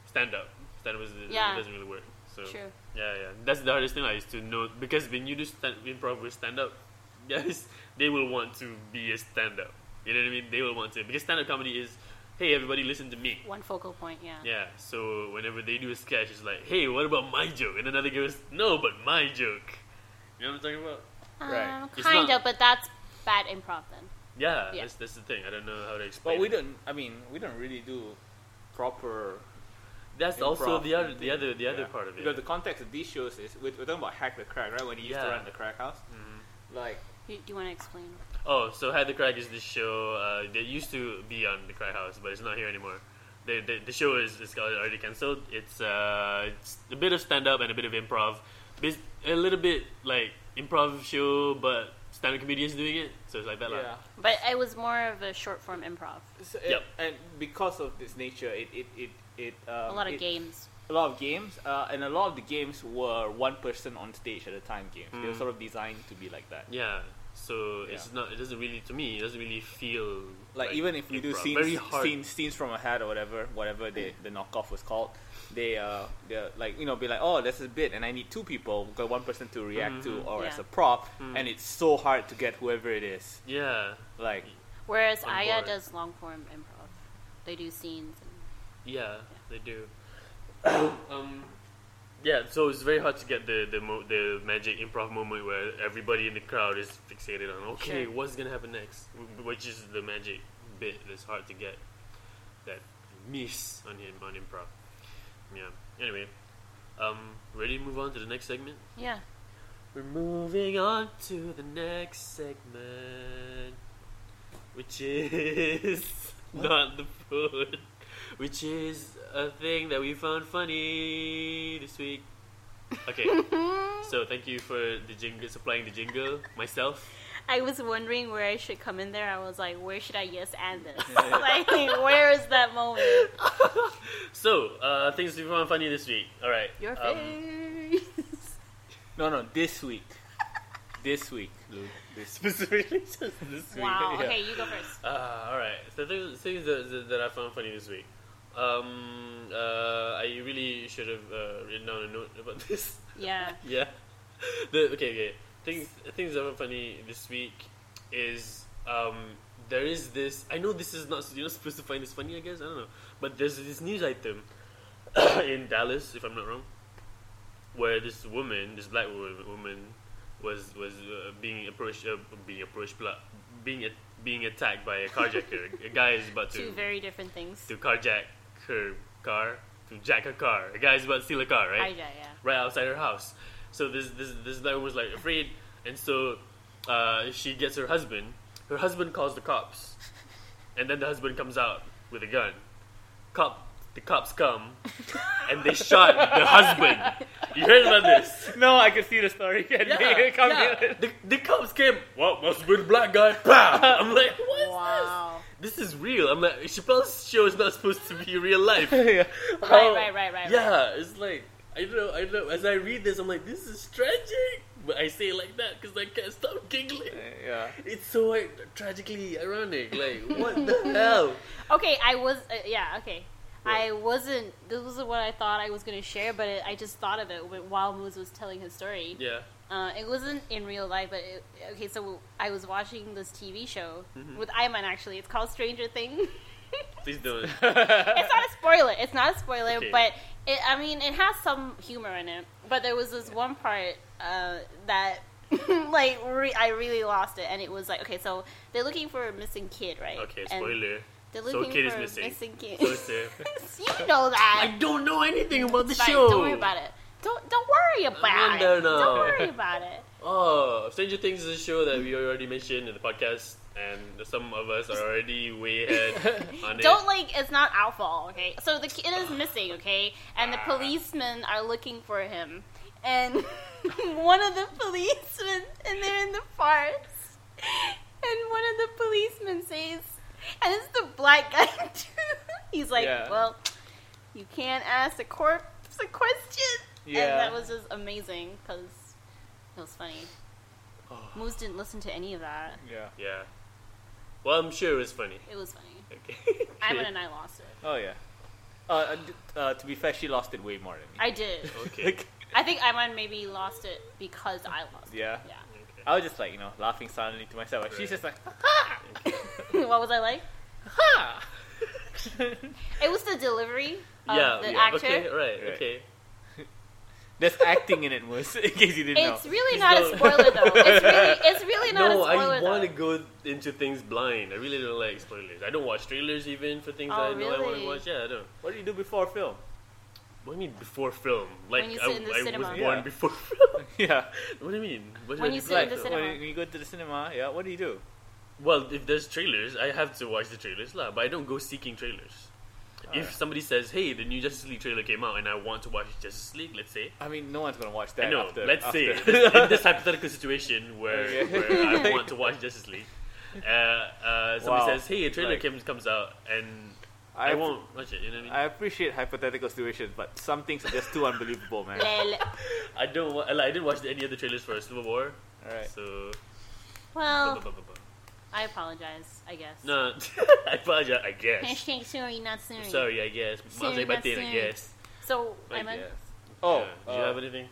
Speaker 1: Stand up. Stand up is,
Speaker 3: Yeah.
Speaker 1: it doesn't really work. So
Speaker 3: True.
Speaker 1: yeah, yeah. That's the hardest thing I used to know because when you do stand improv with stand up, guys, they will want to be a stand up. You know what I mean? They will want to because stand up comedy is, hey, everybody, listen to me.
Speaker 3: One focal point. Yeah.
Speaker 1: Yeah, so whenever they do a sketch, it's like, hey, what about my joke? And another goes, no, but my joke. You know what I'm talking about?
Speaker 2: Right.
Speaker 3: Um,
Speaker 1: It's
Speaker 3: kind
Speaker 1: not-
Speaker 3: of, but that's bad improv then.
Speaker 1: Yeah,
Speaker 3: Yeah.
Speaker 1: That's, that's the thing. I don't know how to explain.
Speaker 2: But we
Speaker 1: it.
Speaker 2: don't. I mean, we don't really do proper.
Speaker 1: That's also
Speaker 2: improv
Speaker 1: the other, the other, the other
Speaker 2: yeah.
Speaker 1: part of it.
Speaker 2: Because the context of these shows is we're, we're talking about hack the crack, right? When you used
Speaker 1: Yeah.
Speaker 2: to
Speaker 1: Mm-hmm.
Speaker 2: run the crack house, like
Speaker 3: You, do you want to explain?
Speaker 1: oh, so Had the Crack is this show uh, that used to be on the Cry House, but it's not here anymore. The, the, the show is it's already cancelled. It's, uh, it's a bit of stand up and a bit of improv. Bas- A little bit like improv show, but stand up comedians doing it. So it's like that. lah.
Speaker 2: yeah.
Speaker 3: But it was more of a short form improv.
Speaker 2: So, uh,
Speaker 1: Yep.
Speaker 2: and, and because of this nature, it it it, it um,
Speaker 3: A lot of
Speaker 2: it-
Speaker 3: games.
Speaker 2: a lot of games, uh, and a lot of the games were one person on stage at a time games. They were sort of designed to be like that.
Speaker 1: Hmm. Yeah. So it's not. It doesn't really. To me, it doesn't really feel
Speaker 2: Like, even if we do
Speaker 1: improv.
Speaker 2: scenes,
Speaker 1: very hard. Hmm.
Speaker 2: scenes, scenes from a hat or whatever, whatever the the knockoff was called, they uh, they like you know be like, oh, that's a bit, and I need two people, got one person to react
Speaker 1: Mm-hmm.
Speaker 2: to, or
Speaker 3: Yeah.
Speaker 2: as a prop,
Speaker 1: Hmm.
Speaker 2: and it's so hard to get whoever it is.
Speaker 1: Yeah,
Speaker 2: Like,
Speaker 3: Whereas
Speaker 1: on
Speaker 3: Aya
Speaker 1: board.
Speaker 3: does long form improv. They do scenes.
Speaker 1: yeah, they do. um, yeah. So it's very hard to get the the mo- the magic improv moment where everybody in the crowd is fixated on okay,
Speaker 3: Sure.
Speaker 1: what's gonna happen next, Wh- which is the magic bit that's hard to get. That miss on him on improv. Yeah. Anyway, um, ready to move on to the next segment.
Speaker 3: And, yeah.
Speaker 1: We're moving on to the next segment, which is not the food. which is a thing that we found funny this week. Okay, so thank you for the jingle, supplying the jingle myself.
Speaker 3: I was wondering where I should come in there. I was like, where should I yes and this? like, where is that moment?
Speaker 1: So, uh, things we found funny this week. All right,
Speaker 3: Your
Speaker 1: um,
Speaker 3: face.
Speaker 2: No, no, this week. This week, Lou. This week.
Speaker 1: specifically just this week.
Speaker 3: wow.
Speaker 1: yeah.
Speaker 3: Okay, you go first.
Speaker 1: Uh, all right. So things, things that, that, that I found funny this week. Um, uh, I really should have uh, written down a note about this.
Speaker 3: Yeah.
Speaker 1: yeah. The, okay, okay. Things things that were funny this week is um, there is this. I know this is not you're not supposed to find this funny. I guess I don't know, but there's this news item in Dallas, if I'm not wrong, where this woman, this black wo- woman, was was uh, being approached, uh, being approached, bla- being a, being attacked by a carjacker. a guy is about
Speaker 3: Two
Speaker 1: to
Speaker 3: very different things.
Speaker 1: to carjack her car, to jack a car. A guy is about to steal a car, right?
Speaker 3: Hijack, yeah.
Speaker 1: right outside her house. So this this this black woman was like afraid, and so uh, she gets her husband. Her husband calls the cops, and then the husband comes out with a gun. Cop, the cops come, and they shot the husband. You heard about this?
Speaker 2: No, I could see the story. Come here.
Speaker 1: The, the cops came. Well, must have been a black guy. Pow! I'm like, what is
Speaker 3: Wow.
Speaker 1: this? This is real. I'm like, Chappelle's show is not supposed to be real life.
Speaker 2: Yeah.
Speaker 1: How-
Speaker 3: Right, right, right, right. right.
Speaker 1: Oh. Yeah, it's like I don't know. I don't know. As I read this, I'm like, this is tragic. But I say it like that because I can't stop giggling.
Speaker 2: Yeah.
Speaker 1: It's so like, tragically ironic. Like, what the hell?
Speaker 3: Okay, I was. Uh, yeah, okay. I wasn't. This wasn't what I thought I was going to share, but it, I just thought of it wh- while Moose was telling his story.
Speaker 1: Yeah.
Speaker 3: Uh, it wasn't in real life, but it, okay. So I was watching this TV show
Speaker 1: Mm-hmm.
Speaker 3: with Iman. Actually, it's called Stranger Thing.
Speaker 1: Please don't.
Speaker 3: it's not a spoiler. It's not a spoiler,
Speaker 1: Okay.
Speaker 3: but it, I mean, it has some humor in it. But there was this one part uh, that, like, re- I really lost it, and it was like, okay, so they're looking for a missing kid, right?
Speaker 1: Okay,
Speaker 3: And
Speaker 1: spoiler.
Speaker 3: They're
Speaker 1: So
Speaker 3: looking
Speaker 1: kid
Speaker 3: for
Speaker 1: is
Speaker 3: a
Speaker 1: missing.
Speaker 3: missing kid.
Speaker 1: So it's there.
Speaker 3: you know that.
Speaker 1: I don't know anything about the
Speaker 3: It's fine,
Speaker 1: show.
Speaker 3: Don't worry about it. Don't don't worry about
Speaker 1: no,
Speaker 3: it.
Speaker 1: no.
Speaker 3: Don't worry about it.
Speaker 1: Oh, Stranger Things is a show that we already mentioned in the podcast, and some of us are already way ahead on
Speaker 3: Don't
Speaker 1: it.
Speaker 3: like it's not our fault, okay? So the kid is missing, okay? And the
Speaker 2: Ah.
Speaker 3: policemen are looking for him. And one of the policemen and they're in the forest. And one of the policemen says and it's the black guy too. He's like,
Speaker 2: Yeah.
Speaker 3: Well, you can't ask a corpse a question.
Speaker 2: Yeah.
Speaker 3: And that was just amazing because it was funny. Moose didn't listen to any of that.
Speaker 2: Yeah.
Speaker 1: Oh, Yeah. Well, I'm sure it was funny.
Speaker 3: It was funny.
Speaker 1: Okay.
Speaker 3: Ivan and I lost it.
Speaker 2: Oh yeah. Uh, Uh, d- uh, to be fair, she lost it way more than me.
Speaker 3: I did.
Speaker 1: Okay.
Speaker 3: I think Iman maybe lost it because I lost it.
Speaker 2: Yeah.
Speaker 3: Yeah.
Speaker 1: okay.
Speaker 2: I was just like, you know, laughing silently to myself. and She's
Speaker 1: Right.
Speaker 2: just like,
Speaker 3: what was I like?
Speaker 2: ha!
Speaker 3: It was the delivery of
Speaker 1: yeah,
Speaker 3: the
Speaker 1: yeah,
Speaker 3: actor.
Speaker 1: Okay, right,
Speaker 2: Right.
Speaker 1: okay.
Speaker 2: There's acting in it, Moose, in case you didn't
Speaker 3: It's
Speaker 2: know.
Speaker 3: really
Speaker 1: Please
Speaker 3: not a
Speaker 1: don't.
Speaker 3: spoiler though. It's really it's really not
Speaker 1: No,
Speaker 3: a spoiler
Speaker 1: I want to
Speaker 3: though.
Speaker 1: go into things blind. I really don't like spoilers. I don't watch trailers even for things
Speaker 3: Oh,
Speaker 1: that I know I want
Speaker 3: really?
Speaker 1: to watch. Yeah, I don't.
Speaker 2: What do you do before film?
Speaker 1: What do you mean before film? Like
Speaker 3: you
Speaker 1: I,
Speaker 3: sit in the
Speaker 1: I was
Speaker 3: cinema.
Speaker 1: born
Speaker 2: Yeah.
Speaker 1: before film.
Speaker 2: yeah.
Speaker 1: what do you mean? What do
Speaker 3: When
Speaker 1: I
Speaker 3: you
Speaker 1: do
Speaker 3: sit in
Speaker 1: before
Speaker 3: the
Speaker 1: film?
Speaker 3: cinema.
Speaker 2: When you go to the cinema, yeah, what do you do?
Speaker 1: Well, if there's trailers, I have to watch the trailers lah. But I don't go seeking trailers. if
Speaker 2: Alright.
Speaker 1: somebody says, "Hey, the new Justice League trailer came out, and I want to watch Justice League," let's say,
Speaker 2: I mean, no one's gonna watch
Speaker 1: I
Speaker 2: that.
Speaker 1: know.
Speaker 2: after,
Speaker 1: let's
Speaker 2: after.
Speaker 1: say this- in this hypothetical situation where,
Speaker 2: Okay.
Speaker 1: where I want to watch Justice League, uh, uh, somebody
Speaker 2: Wow.
Speaker 1: says, "Hey, a trailer
Speaker 2: Like-
Speaker 1: comes comes out," and
Speaker 2: I,
Speaker 1: I won't watch it. You know what I mean?
Speaker 2: I appreciate hypothetical situations, but some things are just too unbelievable, man.
Speaker 3: Lel.
Speaker 1: I don't. Wa- like, I didn't watch any of the trailers for Civil War,
Speaker 2: All right.
Speaker 1: so
Speaker 3: Well,
Speaker 1: bu- bu- bu- bu-
Speaker 3: I apologize. I guess.
Speaker 1: no. I apologize. I guess.
Speaker 3: Hashtag sorry, not sorry.
Speaker 1: Sorry, I guess. I'll say
Speaker 3: Soon,
Speaker 1: my
Speaker 3: not
Speaker 1: thing,
Speaker 3: soon.
Speaker 1: I guess.
Speaker 3: So
Speaker 2: I
Speaker 3: Iman,
Speaker 2: guess. Oh,
Speaker 1: Yeah. do you
Speaker 2: uh,
Speaker 1: have anything?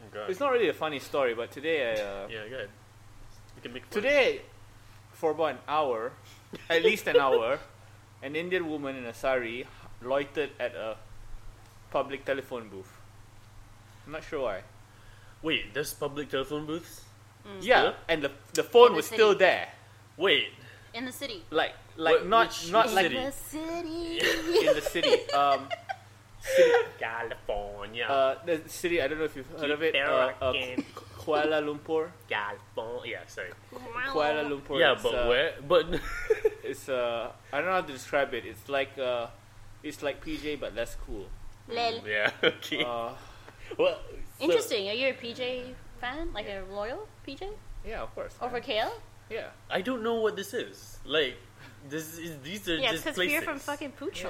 Speaker 1: Oh, God.
Speaker 2: it's not really a funny story, but today I uh,
Speaker 1: Yeah, go ahead. You can make fun.
Speaker 2: Today, for about an hour, at least an hour, an Indian woman in a sari loitered at a public telephone booth. I'm not sure why.
Speaker 1: Wait, there's public telephone booths.
Speaker 2: Yeah,
Speaker 1: Yeah.
Speaker 2: and the, the phone
Speaker 3: Mm. In the
Speaker 2: was still
Speaker 3: city.
Speaker 2: there.
Speaker 1: Wait,
Speaker 3: in the city.
Speaker 2: Like, like
Speaker 1: Wh-
Speaker 2: not
Speaker 1: which-
Speaker 2: not
Speaker 1: which
Speaker 2: like
Speaker 1: city?
Speaker 3: The city.
Speaker 2: in the city. Um,
Speaker 1: California.
Speaker 2: uh, the city. I don't know if you've heard of it. Uh, uh,
Speaker 1: American.
Speaker 2: Kuala Lumpur.
Speaker 1: California. Yeah, sorry.
Speaker 3: Oh.
Speaker 2: Kuala Lumpur.
Speaker 1: yeah,
Speaker 2: it's,
Speaker 1: but
Speaker 2: uh,
Speaker 1: where? But
Speaker 2: it's uh I don't know how to describe it. It's like uh it's like PJ but less cool.
Speaker 3: Lel.
Speaker 1: Yeah. Okay.
Speaker 2: Uh,
Speaker 1: well. so-
Speaker 3: Interesting. Are you a PJ fan? Like a loyal PJ?
Speaker 2: yeah, of course.
Speaker 3: Over
Speaker 2: man.
Speaker 3: KL?
Speaker 2: Yeah.
Speaker 1: I don't know what this is. Like, this is these are
Speaker 3: Yeah,
Speaker 1: just
Speaker 3: it's because
Speaker 1: places.
Speaker 3: we're from fucking Pucho.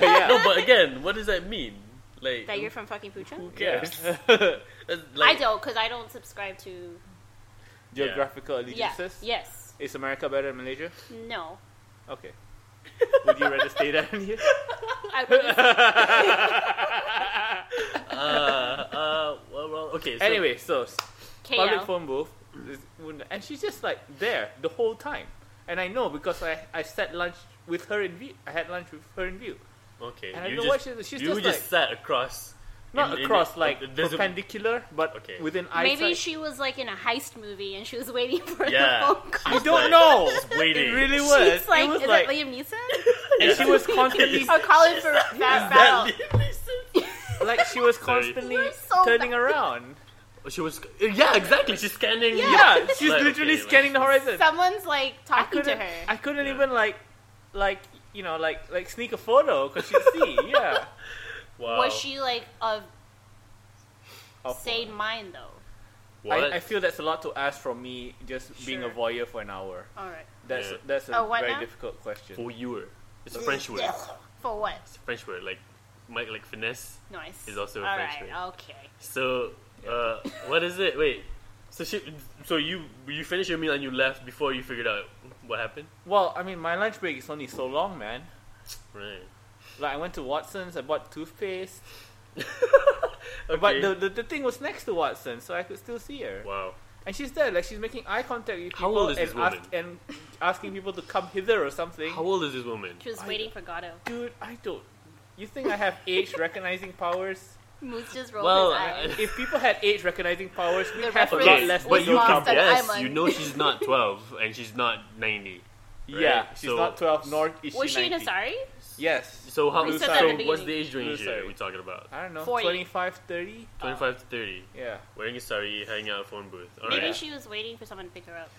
Speaker 3: Like,
Speaker 2: Yeah.
Speaker 1: no, but again, what does that mean? Like
Speaker 3: that you're from fucking Pucho?
Speaker 1: Who cares? That's
Speaker 3: I
Speaker 1: like-
Speaker 3: don't, because I don't subscribe to.
Speaker 2: Geographical
Speaker 3: Yeah.
Speaker 2: allegiances.
Speaker 3: Yes.
Speaker 2: Is America better than Malaysia?
Speaker 3: No.
Speaker 2: Okay. Would you rather stay down here?
Speaker 3: I would
Speaker 1: Uh, uh, well, well, okay. So,
Speaker 2: anyway, so s- public
Speaker 3: KL.
Speaker 2: phone booth, is- wouldn't- and she's just like there the whole time. And I know because I I sat lunch with her in view. I had lunch with her in view.
Speaker 1: okay.
Speaker 2: And I
Speaker 1: you
Speaker 2: don't know
Speaker 1: just,
Speaker 2: what she's- she's
Speaker 1: you
Speaker 2: just
Speaker 1: just, sat across,
Speaker 2: Not
Speaker 1: in- in-
Speaker 2: across
Speaker 1: uh,
Speaker 2: like
Speaker 1: there's a-
Speaker 2: perpendicular, but
Speaker 1: Okay.
Speaker 2: within eyesight.
Speaker 3: Maybe she was like in a heist movie and she was waiting for
Speaker 1: Yeah.
Speaker 3: the phone call.
Speaker 2: I
Speaker 1: She's
Speaker 2: Oh, don't
Speaker 1: like-
Speaker 2: know.
Speaker 1: just
Speaker 2: It
Speaker 1: waiting.
Speaker 2: really was.
Speaker 3: She's like,
Speaker 2: it was
Speaker 3: is
Speaker 2: like,
Speaker 3: it Liam Neeson?
Speaker 2: and she was constantly
Speaker 3: or Colin for
Speaker 1: Is that
Speaker 3: that battle?
Speaker 2: like she was
Speaker 1: Sorry.
Speaker 2: constantly
Speaker 3: You're so
Speaker 2: turning
Speaker 3: bad.
Speaker 2: around.
Speaker 1: She was. Yeah, exactly. She's scanning.
Speaker 2: Yeah, she's
Speaker 1: Like,
Speaker 2: literally
Speaker 1: okay, like,
Speaker 2: scanning the horizon.
Speaker 3: Someone's like
Speaker 2: I
Speaker 3: talking to
Speaker 2: couldn't,
Speaker 3: her.
Speaker 2: I couldn't
Speaker 1: Yeah.
Speaker 2: even like, like you know, like like sneak a photo because she'd see. Yeah.
Speaker 1: Wow.
Speaker 2: Oh.
Speaker 3: Was she like of
Speaker 2: Of-
Speaker 3: sane mind though?
Speaker 1: What?
Speaker 2: I, I feel that's a lot to ask from me just being a
Speaker 3: Sure.
Speaker 2: voyeur for an hour.
Speaker 3: All right.
Speaker 2: That's
Speaker 1: Yeah.
Speaker 2: that's a
Speaker 3: A what
Speaker 2: very
Speaker 3: now?
Speaker 2: difficult question.
Speaker 1: For you. It's a French word.
Speaker 3: For what?
Speaker 1: It's a French word. Like, Mike, like finesse.
Speaker 3: Nice.
Speaker 1: Is also a
Speaker 3: All
Speaker 1: French
Speaker 3: right, Okay.
Speaker 1: So, uh, what is it? Wait. So she, so you you finished your meal and you left before you figured out what happened.
Speaker 2: Well, I mean, my lunch break is only so long, man.
Speaker 1: Right.
Speaker 2: Like I went to Watson's, I bought toothpaste,
Speaker 1: Okay.
Speaker 2: but the, the the thing was next to Watson's, so I could still see her.
Speaker 1: wow.
Speaker 2: And she's there, like she's making eye contact with
Speaker 1: How
Speaker 2: people
Speaker 1: old is
Speaker 2: and,
Speaker 1: this
Speaker 2: ask, and asking people to come hither or something.
Speaker 1: How old is this woman?
Speaker 3: She was
Speaker 2: I-
Speaker 3: waiting for Gato.
Speaker 2: Dude, I don't. You think I have age recognizing powers?
Speaker 3: Moose just rolled
Speaker 1: Well,
Speaker 3: his
Speaker 1: I-
Speaker 3: eyes.
Speaker 2: If people had age recognizing powers, we'd
Speaker 3: The
Speaker 2: have a lot
Speaker 3: reference
Speaker 2: less.
Speaker 3: was
Speaker 1: but you
Speaker 2: people.
Speaker 3: lost
Speaker 1: can
Speaker 3: and
Speaker 1: guess.
Speaker 3: I'm
Speaker 1: You
Speaker 3: on-
Speaker 1: know she's not twelve and she's not ninety.
Speaker 2: Yeah,
Speaker 1: right?
Speaker 2: she's
Speaker 1: So-
Speaker 2: not twelve, nor is
Speaker 3: was she
Speaker 2: she
Speaker 3: in
Speaker 2: 90.
Speaker 3: Asari?
Speaker 2: Yes.
Speaker 1: So how?
Speaker 2: We
Speaker 1: So
Speaker 2: said that at
Speaker 3: the
Speaker 1: what's
Speaker 3: beginning.
Speaker 1: the age range
Speaker 2: We said-
Speaker 1: here we're talking about?
Speaker 2: I don't know,
Speaker 3: 40.
Speaker 2: 25, 30?
Speaker 1: Twenty-five to thirty.
Speaker 2: Yeah.
Speaker 1: Wearing a sari, hanging out at a phone booth. All
Speaker 3: Maybe
Speaker 1: right.
Speaker 3: she was waiting for someone to pick her up.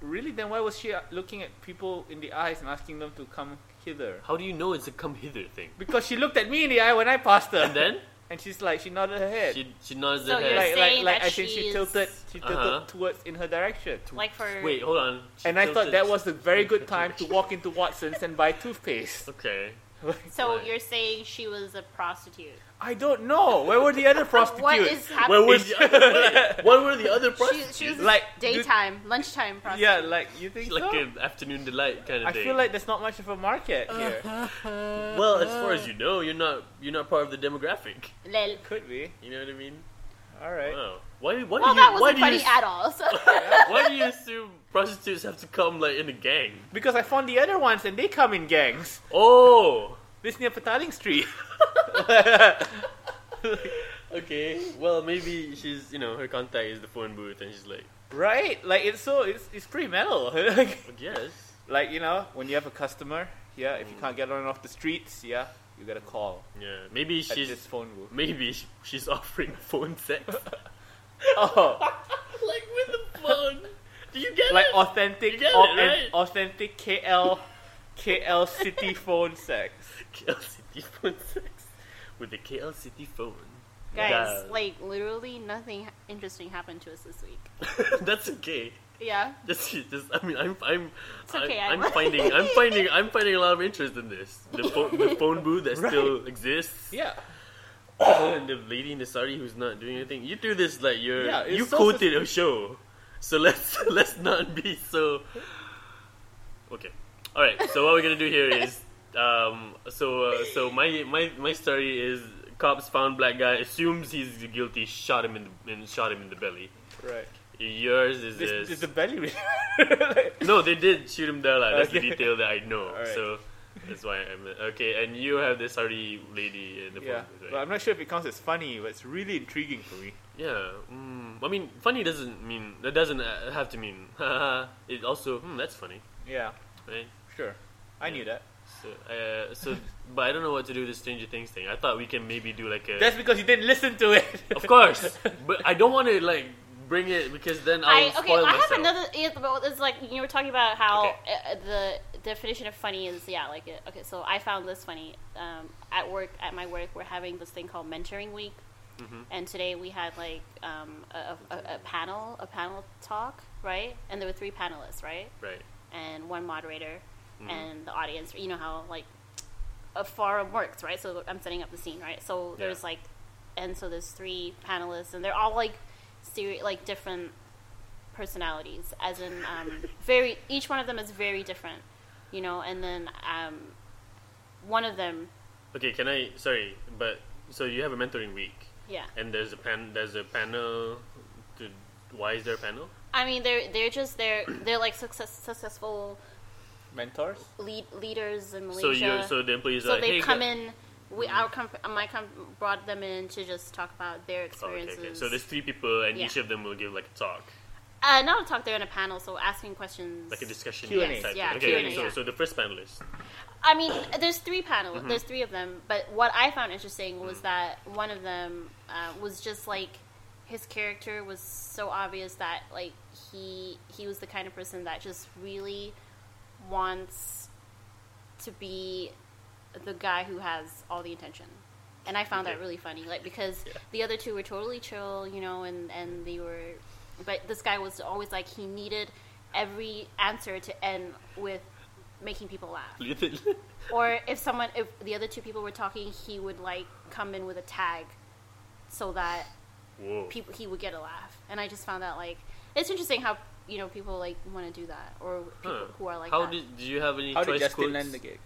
Speaker 2: Really? Then why was she uh, looking at people in the eyes and asking them to come hither?
Speaker 1: How do you know it's a come hither thing?
Speaker 2: Because she looked at me in the eye when I passed her.
Speaker 1: And then
Speaker 2: And she's like, she nodded her head.
Speaker 1: she she nods
Speaker 3: So
Speaker 1: her
Speaker 3: you're
Speaker 1: head.
Speaker 2: like, like,
Speaker 3: saying
Speaker 2: like,
Speaker 3: that
Speaker 2: I think she
Speaker 3: she's-
Speaker 2: tilted, she tilted
Speaker 1: Uh-huh.
Speaker 2: towards in her direction.
Speaker 3: Like for
Speaker 1: Wait, hold on. She
Speaker 2: and I thought
Speaker 1: tilted-
Speaker 2: that was a very good time to walk into Watson's and buy toothpaste.
Speaker 1: okay.
Speaker 3: so
Speaker 1: Right.
Speaker 3: you're saying she was a prostitute.
Speaker 2: I don't know. Where were the other prostitutes?
Speaker 3: What is
Speaker 1: Where
Speaker 3: happening?
Speaker 1: were the other, wait, what were the other
Speaker 3: She,
Speaker 1: prostitutes?
Speaker 3: she was
Speaker 2: Like,
Speaker 3: daytime, lunchtime prostitute.
Speaker 2: yeah, like you think
Speaker 1: like
Speaker 2: so?
Speaker 1: an afternoon delight kind of
Speaker 2: I
Speaker 1: thing.
Speaker 2: feel like there's not much of a market here.
Speaker 3: Uh-huh.
Speaker 1: well, as
Speaker 2: uh,
Speaker 1: far as you know, you're not you're not part of the demographic.
Speaker 3: Lel.
Speaker 2: Could be.
Speaker 1: You know what I mean?
Speaker 2: All right.
Speaker 1: Wow. Why why
Speaker 3: Well,
Speaker 1: do you
Speaker 3: that
Speaker 1: why
Speaker 3: wasn't
Speaker 1: do
Speaker 3: funny
Speaker 1: you
Speaker 3: at all. So
Speaker 1: why do you assume prostitutes have to come like in a gang?
Speaker 2: Because I found the other ones and they come in gangs.
Speaker 1: Oh.
Speaker 2: This near Petaling Street.
Speaker 1: Okay. Well, maybe she's you know her contact is the phone booth, and she's like,
Speaker 2: Right? Like it's so it's it's pretty metal.
Speaker 1: I guess.
Speaker 2: like you know, when you have a customer, yeah, if you can't get on and off the streets, yeah, you gotta call
Speaker 1: Yeah. Maybe
Speaker 2: at this
Speaker 1: she's
Speaker 2: phone booth.
Speaker 1: maybe sh- she's offering phone sex. like
Speaker 2: Oh,
Speaker 1: with the phone. Do you get
Speaker 2: like
Speaker 1: it? You
Speaker 2: authentic,
Speaker 1: get
Speaker 2: au-
Speaker 1: it,
Speaker 2: and
Speaker 1: right?
Speaker 2: authentic KL, KL city phone sex.
Speaker 1: KL City phone sex with the KL City phone.
Speaker 3: guys,
Speaker 1: Yeah.
Speaker 3: like literally nothing interesting happened to us this week.
Speaker 1: That's okay.
Speaker 3: Yeah.
Speaker 1: That's just. I mean, I'm I'm
Speaker 3: It's okay,
Speaker 1: I'm,
Speaker 3: I'm-
Speaker 1: I'm finding I'm finding I'm finding a lot of interest in this. The phone the phone booth that still exists.
Speaker 2: Yeah,
Speaker 1: and the lady in the sari who's not doing anything. You do this like you're
Speaker 2: Yeah, it's
Speaker 1: you
Speaker 2: so
Speaker 1: quoted a show, so let's let's not be so. Okay, all right. So what we're gonna do here is, um, so uh, so my my my story is cops found black guy assumes he's guilty, shot him in the and shot him in the belly.
Speaker 2: right.
Speaker 1: Yours is
Speaker 2: This
Speaker 1: is-
Speaker 2: is the belly. ring.
Speaker 1: no, they did shoot him there. Like that's the
Speaker 2: Okay.
Speaker 1: detail that I know.
Speaker 2: All right.
Speaker 1: So. That's why I'm okay, and you have this Sari lady in the
Speaker 2: yeah,
Speaker 1: phone booth, right?
Speaker 2: but I'm not sure if it counts as funny, but it's really intriguing for me.
Speaker 1: Yeah, mm, I mean, funny doesn't mean that doesn't uh, have to mean. it also, hmm, that's funny,
Speaker 2: Yeah,
Speaker 1: right?
Speaker 2: sure. I knew that.
Speaker 1: So, uh, so, but I don't know what to do with the Stranger Things thing. I thought we can maybe do like a.
Speaker 2: That's because you didn't listen to it.
Speaker 1: of course, but I don't want to like Bring it because then I'll
Speaker 3: I, okay,
Speaker 1: spoil
Speaker 3: I
Speaker 1: myself.
Speaker 3: have another. It's, well, it's like you were talking about how
Speaker 1: Okay.
Speaker 3: uh, the definition of funny is yeah, like uh, okay. So I found this funny um, at work. At my work, we're having this thing called mentoring week,
Speaker 1: Mm-hmm.
Speaker 3: and today we had like um, a, a, a panel, a panel talk, right? And there were three panelists, right?
Speaker 1: Right.
Speaker 3: and one moderator
Speaker 1: Mm-hmm.
Speaker 3: and the audience. You know how like a forum works, right? So I'm setting up the scene, right? So
Speaker 1: Yeah.
Speaker 3: there's like, and so there's three panelists, and they're all like, seri- like different personalities, as in um, very. Each one of them is very different, you know. And then um, one of them,
Speaker 1: Okay, can I? Sorry, but so you have a mentoring week,
Speaker 3: yeah.
Speaker 1: and there's a pan. There's a panel. To, why is there a panel?
Speaker 3: I mean, they're they're just they're they're like success, successful
Speaker 2: Mentors?
Speaker 3: lead, leaders in Malaysia.
Speaker 1: So you. So the employees.
Speaker 3: So
Speaker 1: are like,
Speaker 3: they
Speaker 1: "Hey,
Speaker 3: come
Speaker 1: gu-
Speaker 3: in. We our comp- my comp- brought them in to just talk about their
Speaker 1: Oh, okay,
Speaker 3: experiences.
Speaker 1: okay. So there's three people, and
Speaker 3: Yeah.
Speaker 1: each of them will give like a talk,
Speaker 3: uh, not a talk. They're in a panel, so asking questions.
Speaker 1: like a discussion.
Speaker 2: Q&A.
Speaker 1: type
Speaker 3: Yes, yeah,
Speaker 1: thing. Okay,
Speaker 3: Q&A,
Speaker 1: okay, so
Speaker 3: yeah.
Speaker 1: so the first panelist.
Speaker 3: I mean, there's three panel. There's three of them. But what I found interesting was that one of them uh, was just like his character was so obvious that like he he was the kind of person that just really wants to be the guy who has all the intention. And I found that
Speaker 1: Okay.
Speaker 3: really funny, like because
Speaker 1: Yeah.
Speaker 3: the other two were totally chill, you know, and and they were, but this guy was always like he needed every answer to end with making people laugh or if someone if the other two people were talking he would like come in with a tag so that
Speaker 1: Whoa.
Speaker 3: people he would get a laugh and i just found that like it's interesting how you know people like want to do that or people
Speaker 1: Huh.
Speaker 3: who are like
Speaker 1: How
Speaker 3: that.
Speaker 1: did do you have any
Speaker 2: How did
Speaker 1: choice
Speaker 2: Justin
Speaker 1: quotes?
Speaker 2: land the gig?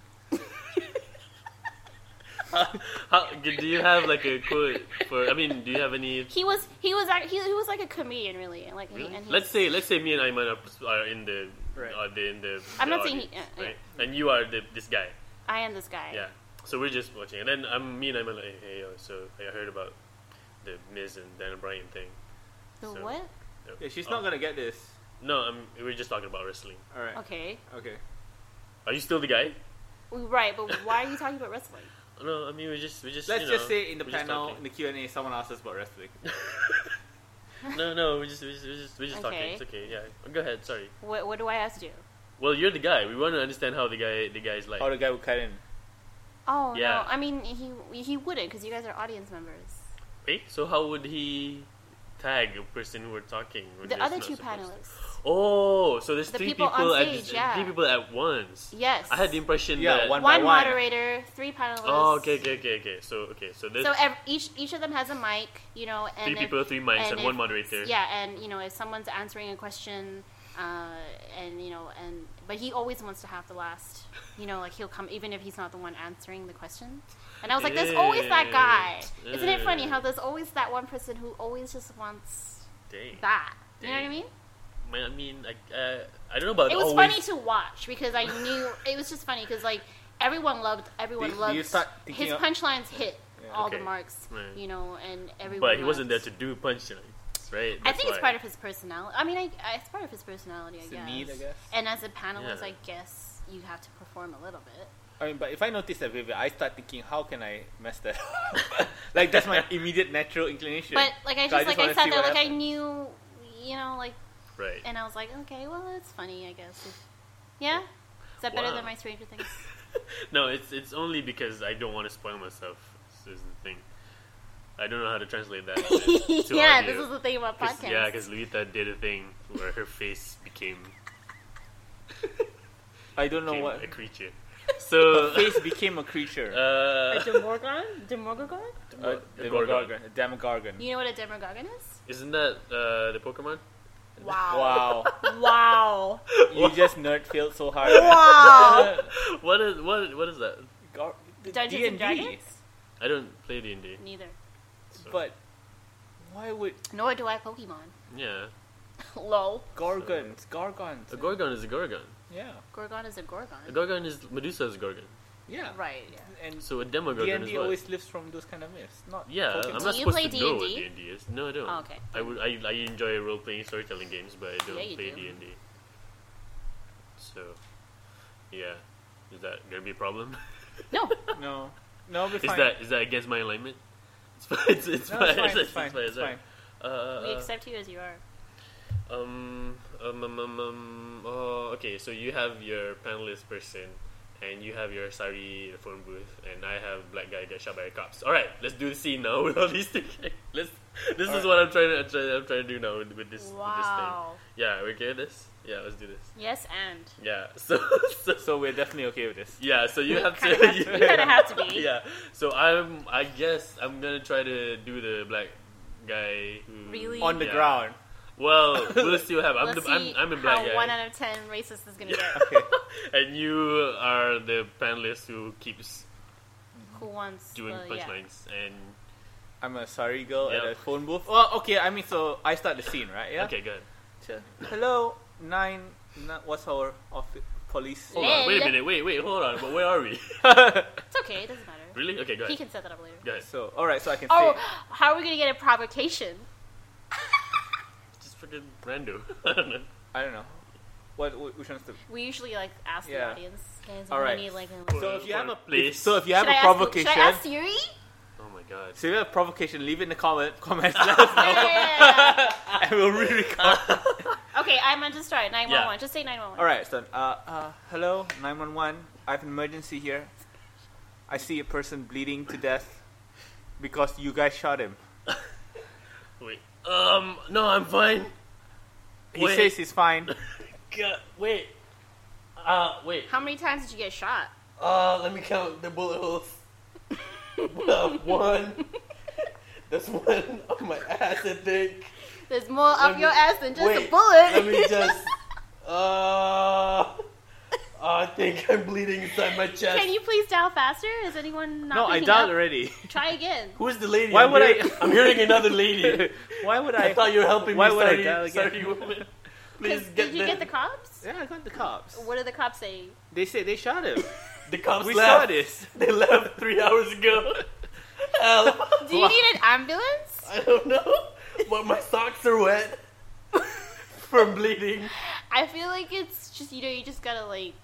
Speaker 1: How do you have like a quote for? I mean, do you have any?
Speaker 3: he was he was act- he, he was like a comedian really and like
Speaker 1: Really?
Speaker 3: and he,
Speaker 1: let's say let's say me and Ayman are, are in the
Speaker 2: Right.
Speaker 1: are the, in the.
Speaker 3: I'm
Speaker 1: the
Speaker 3: not saying he-
Speaker 1: audience,
Speaker 3: uh,
Speaker 1: right? And you are the this guy.
Speaker 3: i am this guy
Speaker 1: Yeah. So we're just watching, and then I'm me and Ayman like, hey, hey, yo, so I heard about the Miz and Dan Bryan thing.
Speaker 3: the
Speaker 1: So-
Speaker 3: what
Speaker 2: Yeah, she's not
Speaker 1: Oh.
Speaker 2: gonna get this.
Speaker 1: No, I'm, we're just talking about wrestling.
Speaker 2: Alright.
Speaker 3: okay
Speaker 2: Okay.
Speaker 1: Are you still the guy?
Speaker 3: We- right but why are you talking about wrestling
Speaker 1: No, I mean we just we just.
Speaker 2: Let's
Speaker 1: you
Speaker 2: just
Speaker 1: know,
Speaker 2: say in the
Speaker 1: we're just
Speaker 2: panel, in
Speaker 1: talking.
Speaker 2: the Q&A, someone asks us about wrestling.
Speaker 1: no, no, we just we just we just, we just talking.
Speaker 3: Okay.
Speaker 1: It's okay. Yeah, go ahead. Sorry.
Speaker 3: what, what do i have to do
Speaker 1: Well, you're the guy. We want to understand how the guy the guy's like.
Speaker 2: How the guy would cut in.
Speaker 3: oh
Speaker 1: Yeah.
Speaker 3: no i mean he he wouldn't because you guys are audience members
Speaker 1: Wait, so how would he tag a person who were talking? when
Speaker 3: the
Speaker 1: they're
Speaker 3: other
Speaker 1: not
Speaker 3: two
Speaker 1: supposed to?
Speaker 3: panelists
Speaker 1: Oh, so there's
Speaker 3: The
Speaker 1: three
Speaker 3: people
Speaker 1: people,
Speaker 3: on
Speaker 1: at
Speaker 3: stage,
Speaker 1: this-
Speaker 3: yeah.
Speaker 1: three people at once.
Speaker 3: yes
Speaker 1: I had the impression
Speaker 2: Yeah,
Speaker 1: that
Speaker 2: one- by
Speaker 3: one moderator, three panelists.
Speaker 1: Oh, okay, okay, okay, okay. So okay, so there's
Speaker 3: So ev- each each of them has a mic, you know, and
Speaker 1: three
Speaker 3: if-
Speaker 1: people, three mics, and,
Speaker 3: if-
Speaker 1: one moderator.
Speaker 3: Yeah, and you know, if someone's answering a question, uh, and you know, and but he always wants to have the last, you know, like he'll come even if he's not the one answering the question. And I was like, there's always that guy.
Speaker 1: Ew.
Speaker 3: Isn't it funny
Speaker 1: Ew.
Speaker 3: how there's always that one person who always just wants
Speaker 1: Dang.
Speaker 3: that? You know what I
Speaker 1: Dang.
Speaker 3: mean?
Speaker 1: Man, I mean, I, uh, I don't know about
Speaker 3: It was
Speaker 1: always.
Speaker 3: funny to watch because I knew it was just funny because like everyone loved everyone
Speaker 2: Do- do
Speaker 3: loved
Speaker 2: you start thinking
Speaker 3: his
Speaker 2: of-
Speaker 3: punchlines hit
Speaker 2: Yeah.
Speaker 3: all
Speaker 1: Okay.
Speaker 3: the marks,
Speaker 1: Right.
Speaker 3: you know, and everyone.
Speaker 1: but he wasn't there
Speaker 3: loved-
Speaker 1: to do punchlines, right?
Speaker 3: I
Speaker 1: That's
Speaker 3: think it's
Speaker 1: why.
Speaker 3: part of his personality. I mean, I, I, it's part of his personality, I
Speaker 2: It's a
Speaker 3: guess.
Speaker 2: need, I guess.
Speaker 3: And as a panelist,
Speaker 1: Yeah.
Speaker 3: I guess you have to perform a little bit.
Speaker 2: I mean, but if I notice that Vivi, I start thinking, how can I mess that up? like, that's my immediate natural inclination.
Speaker 3: But like I just,
Speaker 2: So I just
Speaker 3: like
Speaker 2: wanna
Speaker 3: I sat
Speaker 2: see
Speaker 3: there,
Speaker 2: what
Speaker 3: like I
Speaker 2: happens.
Speaker 3: knew, you know, like,
Speaker 1: right.
Speaker 3: and I was like, okay, well, it's funny, I guess. If- yeah. Is that better
Speaker 1: Wow.
Speaker 3: than my Stranger Things?
Speaker 1: No, it's it's only because I don't want to spoil myself. Is the thing. I don't know how to translate that. uh, to- to
Speaker 3: yeah,
Speaker 1: audio.
Speaker 3: this is the thing about
Speaker 1: Cause,
Speaker 3: podcasts.
Speaker 1: yeah, because Luita did a thing where her face became,
Speaker 2: I don't know
Speaker 1: became
Speaker 2: what.
Speaker 1: a creature.
Speaker 2: Her
Speaker 1: So,
Speaker 2: face became a creature.
Speaker 1: uh,
Speaker 3: Demogorgon? Demogorgon?
Speaker 2: Uh,
Speaker 1: Demogorgon.
Speaker 2: Demogorgon. A Demogorgon.
Speaker 3: You know what a Demogorgon is?
Speaker 1: isn't that uh, the Pokemon?
Speaker 3: Wow.
Speaker 2: Wow.
Speaker 3: Wow.
Speaker 2: you just nerd filled so hard.
Speaker 3: Wow.
Speaker 1: What is what what is that?
Speaker 2: Gar-
Speaker 3: Dungeons
Speaker 2: D&D.
Speaker 3: and Dragons?
Speaker 1: I don't play D and D.
Speaker 3: Neither.
Speaker 2: But why would
Speaker 3: Nor do I Pokemon.
Speaker 1: Yeah,
Speaker 3: Lol.
Speaker 2: Gorgons, Gargons?
Speaker 1: a Gorgon is a Gorgon.
Speaker 2: yeah,
Speaker 3: Gorgon is a Gorgon.
Speaker 1: A Gorgon is Medusa's Gorgon.
Speaker 2: yeah.
Speaker 3: Right, yeah.
Speaker 2: And
Speaker 1: So a Demogorgon
Speaker 2: D&D
Speaker 1: is what?
Speaker 2: always lives from those kind of myths. Not
Speaker 1: yeah,
Speaker 2: Pokemon.
Speaker 1: I'm
Speaker 3: Do
Speaker 1: not
Speaker 3: you
Speaker 1: supposed
Speaker 3: play
Speaker 1: to know what D
Speaker 3: D&D?
Speaker 1: and D is. No, I don't.
Speaker 3: Oh, okay.
Speaker 1: I would. I, I enjoy role playing storytelling games, but I don't
Speaker 3: Yeah, you
Speaker 1: play
Speaker 3: do.
Speaker 1: D and D. So, yeah, is that gonna be a problem?
Speaker 3: No.
Speaker 2: No, no, we're
Speaker 1: Is
Speaker 2: fine.
Speaker 1: that is that against my alignment? It's fine. It's, it's
Speaker 2: no,
Speaker 1: fine.
Speaker 2: it's fine. It's
Speaker 1: It's
Speaker 2: fine. It's
Speaker 1: sorry.
Speaker 2: fine.
Speaker 1: Uh,
Speaker 3: we accept you as you are.
Speaker 1: um, um, um, um, um, oh, okay, so you have your panelist person, and you have your Sari phone booth, and I have black guy get shot by cops. All right, let's do the scene now with all these things. Let's. This is
Speaker 2: Alright.
Speaker 1: what I'm trying to I'm trying, I'm trying to do now with, with this with this thing.
Speaker 3: wow.
Speaker 1: Yeah, we okay with this? Yeah, let's do this.
Speaker 3: Yes, and
Speaker 1: Yeah, so so
Speaker 2: So we're definitely okay with this.
Speaker 1: yeah, so you have to.
Speaker 3: Kinda has to- you kinda have to be.
Speaker 1: yeah, so I'm. I guess I'm gonna try to do the black guy who
Speaker 3: Really?
Speaker 2: On the
Speaker 1: Yeah.
Speaker 2: ground.
Speaker 1: Well, we'll see what happens. I'm,
Speaker 3: let's
Speaker 1: the, I'm,
Speaker 3: see
Speaker 1: I'm a black
Speaker 3: how
Speaker 1: guy,
Speaker 3: one out of ten racist is gonna
Speaker 1: Yeah.
Speaker 3: get.
Speaker 2: Okay.
Speaker 1: and you are the panelist who keeps
Speaker 3: Who wants?
Speaker 1: doing
Speaker 3: the- yeah.
Speaker 1: punchlines. And
Speaker 2: I'm a sorry girl at
Speaker 1: Yeah.
Speaker 2: a phone booth. Well, okay, I mean, so I start the scene, right? Yeah.
Speaker 1: okay, good.
Speaker 2: So, hello, nine. ni- what's our office? Police.
Speaker 1: Hold on, wait a
Speaker 3: Lil.
Speaker 1: minute, wait, wait, hold on. But where are we?
Speaker 3: It's okay. It doesn't matter.
Speaker 1: really? Okay, go
Speaker 3: He
Speaker 1: ahead.
Speaker 3: can set that up later.
Speaker 1: Go ahead.
Speaker 2: So, all right, so I can
Speaker 3: Oh,
Speaker 2: say.
Speaker 3: how are we gonna get a provocation?
Speaker 1: Just freaking rando. I don't know.
Speaker 2: I don't know. What? wh- Which one's the?
Speaker 3: We usually like ask
Speaker 2: Yeah.
Speaker 3: the audience, guys, what
Speaker 2: All
Speaker 3: do
Speaker 2: right.
Speaker 3: you need like. a-
Speaker 1: So
Speaker 2: So
Speaker 1: if
Speaker 2: if
Speaker 1: For-
Speaker 2: you
Speaker 1: you have
Speaker 2: have
Speaker 1: for a-
Speaker 2: a
Speaker 1: place.
Speaker 2: so if you have
Speaker 3: should I
Speaker 2: a
Speaker 3: ask-
Speaker 2: provocation,
Speaker 3: Should I ask Siri?
Speaker 1: Oh my god.
Speaker 2: so if you have a provocation, leave it in the comment comments. Let us know,
Speaker 3: Yeah.
Speaker 2: and we'll re-record.
Speaker 3: okay, I'm gonna just try nine one one. Just say nine one one.
Speaker 2: All right, so uh, uh, hello, nine one one. I have an emergency here. I see a person bleeding to death because you guys shot him.
Speaker 1: Wait. Um. No, I'm fine.
Speaker 2: He
Speaker 1: Wait.
Speaker 2: says he's fine.
Speaker 1: God, wait. Uh, wait.
Speaker 3: How many times did you get shot?
Speaker 1: Uh, let me count the bullet holes. Uh, one. That's one on my ass, I think.
Speaker 3: There's more up
Speaker 1: me-
Speaker 3: your ass than just
Speaker 1: wait,
Speaker 3: a bullet.
Speaker 1: Let me just. Uh, I think I'm bleeding inside my chest.
Speaker 3: Can you please dial faster? Is anyone not?
Speaker 2: No, I
Speaker 3: picking
Speaker 2: dialed
Speaker 3: up?
Speaker 2: already.
Speaker 3: Try again.
Speaker 1: Who's the lady?
Speaker 2: Why
Speaker 1: I'm
Speaker 2: would I-
Speaker 1: hearing- I'm hearing another lady.
Speaker 2: Why would
Speaker 1: I,
Speaker 2: I?
Speaker 1: thought you were helping
Speaker 2: Why
Speaker 1: me.
Speaker 2: would I
Speaker 1: sorry,
Speaker 2: dial again?
Speaker 1: sorry, woman. Please
Speaker 3: 'Cause
Speaker 1: get
Speaker 3: did you
Speaker 1: the,
Speaker 3: get the cops?
Speaker 2: Yeah, I got the cops.
Speaker 3: What are the cops saying?
Speaker 2: They said they shot him.
Speaker 1: the cops
Speaker 2: we
Speaker 1: left.
Speaker 2: saw this.
Speaker 1: They left three hours ago. Help.
Speaker 3: Do you need an ambulance?
Speaker 1: I don't know, but my socks are wet from bleeding.
Speaker 3: I feel like it's just you know you just gotta like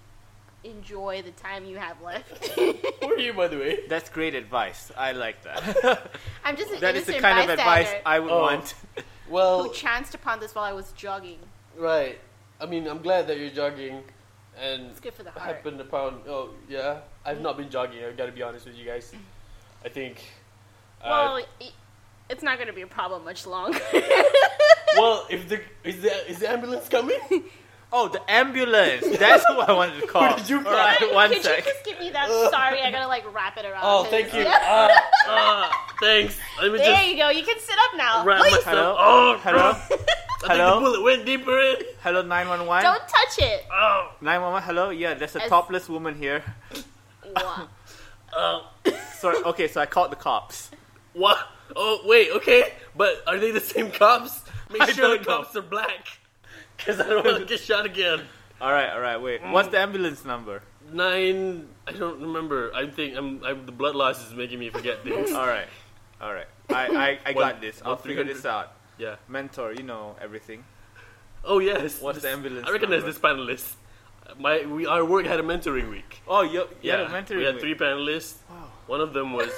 Speaker 3: enjoy the time you have left.
Speaker 1: Who are you, by the way?
Speaker 2: That's great advice. I like that.
Speaker 3: I'm just an
Speaker 2: that is
Speaker 3: innocent
Speaker 2: the kind of advice
Speaker 3: bystander
Speaker 2: I would
Speaker 1: Oh.
Speaker 2: want.
Speaker 3: who
Speaker 1: Well,
Speaker 3: chanced upon this while I was jogging.
Speaker 1: right. I mean, I'm glad that you're jogging, and
Speaker 3: It's good for the heart.
Speaker 1: happened upon. Oh yeah, I've not been jogging. I've got to be honest with you guys. I think.
Speaker 3: Well,
Speaker 1: Uh,
Speaker 3: i- it's not gonna be a problem much longer.
Speaker 1: well, if the is the is the ambulance coming?
Speaker 2: Oh, the ambulance. That's who I wanted to call.
Speaker 1: did you
Speaker 2: All right, one
Speaker 3: Could
Speaker 2: sec.
Speaker 3: you just give me that? Sorry, I gotta like wrap it around.
Speaker 1: Oh,
Speaker 3: 'cause-
Speaker 1: thank you.
Speaker 3: Yeah.
Speaker 1: Uh, uh, thanks. Let me
Speaker 3: There
Speaker 1: just
Speaker 3: you go. You can sit up now.
Speaker 1: wrap myself.
Speaker 3: Please
Speaker 2: Hello?
Speaker 1: Oh,
Speaker 2: Hello?
Speaker 1: I think
Speaker 2: Hello?
Speaker 1: the bullet went deeper in.
Speaker 2: Hello, nine one one.
Speaker 3: don't touch it.
Speaker 1: Oh,
Speaker 2: Nine one one. Hello. Yeah, there's a
Speaker 3: As-
Speaker 2: topless woman here.
Speaker 3: Wow.
Speaker 1: oh,
Speaker 2: Sorry. Okay, so I called the cops.
Speaker 1: what? Oh, wait. Okay, but are they the same cops? Make
Speaker 2: I
Speaker 1: sure the
Speaker 2: don't know.
Speaker 1: cops are black, because I don't want to get shot again.
Speaker 2: All right, all right.
Speaker 1: Mm.
Speaker 2: Wait. What's the ambulance number?
Speaker 1: Nine. I don't remember. I think I'm, I'm. The blood loss is making me forget things.
Speaker 2: All right, all right. I I, I
Speaker 1: One-
Speaker 2: got this. I'll
Speaker 1: one
Speaker 2: figure this out.
Speaker 1: Yeah.
Speaker 2: Mentor, you know everything.
Speaker 1: Oh yes.
Speaker 2: What's
Speaker 1: This-
Speaker 2: the ambulance
Speaker 1: I recognize
Speaker 2: number?
Speaker 1: this panelist. My we our work had a mentoring week.
Speaker 2: Oh, you you had a mentor.
Speaker 1: We had
Speaker 2: with-
Speaker 1: three panelists.
Speaker 2: Wow.
Speaker 1: One of them was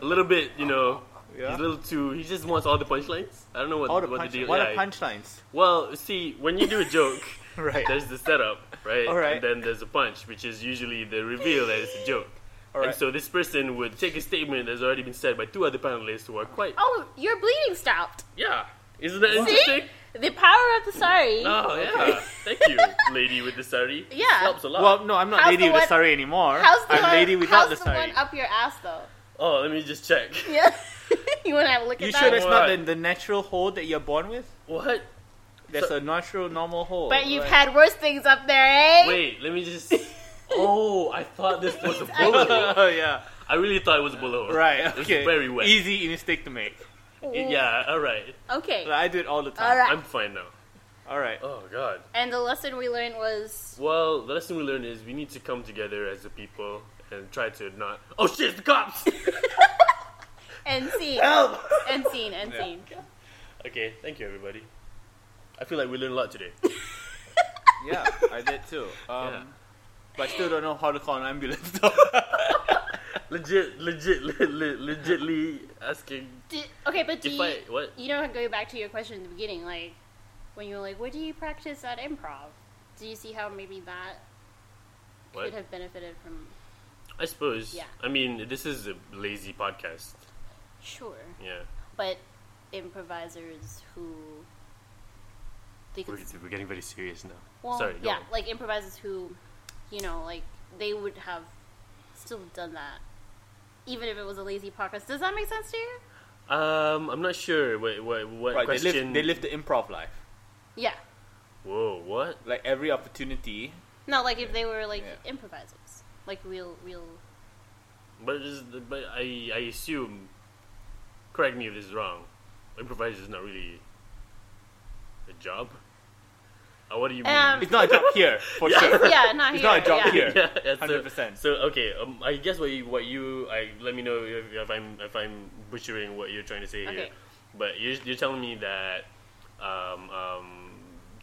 Speaker 1: a little bit, you know,
Speaker 2: Yeah.
Speaker 1: he's a little too. He just wants all the punchlines. I don't know what
Speaker 2: All the
Speaker 1: what
Speaker 2: punch,
Speaker 1: the deal.
Speaker 2: what
Speaker 1: yeah.
Speaker 2: are punchlines?
Speaker 1: Well, see, when you do a joke,
Speaker 2: Right.
Speaker 1: there's the setup, right?
Speaker 2: All right.
Speaker 1: And then there's a punch, which is usually the reveal that it's a joke.
Speaker 2: All
Speaker 1: And
Speaker 2: right.
Speaker 1: so this person would take a statement that's already been said by two other panelists who are quite
Speaker 3: Oh, your bleeding stopped.
Speaker 1: Yeah. Isn't that
Speaker 3: See?
Speaker 1: interesting?
Speaker 3: The power of the sorry.
Speaker 1: Oh, yeah. Thank you, lady with the sari.
Speaker 3: Yeah.
Speaker 1: helps a lot.
Speaker 2: well, no, I'm not
Speaker 3: How's
Speaker 2: lady
Speaker 3: the
Speaker 2: with the
Speaker 3: one-
Speaker 2: sari anymore.
Speaker 3: How's the
Speaker 2: I'm
Speaker 3: one,
Speaker 2: lady without
Speaker 3: how's
Speaker 2: the
Speaker 3: the one
Speaker 2: sari.
Speaker 3: up your ass though?
Speaker 1: oh, let me just check.
Speaker 3: Yeah. you want to have a look
Speaker 2: You
Speaker 3: at
Speaker 2: sure
Speaker 3: that?
Speaker 2: that's not the,
Speaker 1: Alright.
Speaker 2: the natural hole that you're born with?
Speaker 1: What?
Speaker 2: That's
Speaker 1: So-
Speaker 2: a natural, normal hole.
Speaker 3: But you've
Speaker 2: right?
Speaker 3: had worse things up there, eh?
Speaker 1: Wait, let me just. Oh, I thought this was a bullet. hole.
Speaker 2: oh yeah,
Speaker 1: I really thought it was a bullet. hole.
Speaker 2: right.
Speaker 1: It was
Speaker 2: Okay,
Speaker 1: very wet.
Speaker 2: Easy mistake to make.
Speaker 1: It- yeah, alright.
Speaker 3: Okay.
Speaker 2: Like, I do it all the time.
Speaker 3: All right.
Speaker 1: I'm fine now.
Speaker 2: All right.
Speaker 1: Oh, God.
Speaker 3: And the lesson we learned was
Speaker 1: Well, the lesson we learned is we need to come together as a people and try to not. Oh, shit, the cops!
Speaker 3: end scene,
Speaker 1: Help!
Speaker 3: end scene, end
Speaker 2: Yeah.
Speaker 3: scene.
Speaker 1: Okay, thank you, everybody. I feel like we learned a lot today.
Speaker 2: Yeah, I did too. Um,
Speaker 1: Yeah.
Speaker 2: But I still don't know how to call an ambulance. Though.
Speaker 1: legit, legit, le- le- legitly asking
Speaker 3: Did, okay, but do
Speaker 1: if
Speaker 3: you,
Speaker 1: I what
Speaker 3: you know, going back to your question in the beginning, like when you were like, "What do you practice at improv?" Do you see how maybe that
Speaker 1: what
Speaker 3: could have benefited from?
Speaker 1: I suppose.
Speaker 3: Yeah.
Speaker 1: I mean, this is a lazy podcast.
Speaker 3: Sure,
Speaker 1: Yeah.
Speaker 3: but improvisers who they could
Speaker 1: We're, we're getting very serious now.
Speaker 3: Well,
Speaker 1: Sorry, go
Speaker 3: yeah,
Speaker 1: on.
Speaker 3: like improvisers who, you know, like they would have still done that, even if it was a lazy podcast. Does that make sense to you?
Speaker 1: Um, I'm not sure what what, what
Speaker 2: Right, they
Speaker 1: question.
Speaker 2: live, they live the improv life.
Speaker 3: Yeah.
Speaker 1: Whoa, what?
Speaker 2: Like every opportunity,
Speaker 3: No, like if they were like
Speaker 2: Yeah.
Speaker 3: improvisers, like real, real.
Speaker 1: But is, but I I assume. Correct me if this is wrong. Improviser is not really a job. Uh, what do you mean?
Speaker 3: Um,
Speaker 2: it's not a job here for
Speaker 1: Yeah.
Speaker 2: sure.
Speaker 3: Yeah, not here.
Speaker 2: It's not a job
Speaker 3: yeah.
Speaker 2: here.
Speaker 1: yeah, yeah, so-
Speaker 2: 100%.
Speaker 1: So okay, um, I guess what you what you I let me know if, if I'm if I'm butchering what you're trying to say here,
Speaker 3: Okay.
Speaker 1: but you're you're telling me that um, um,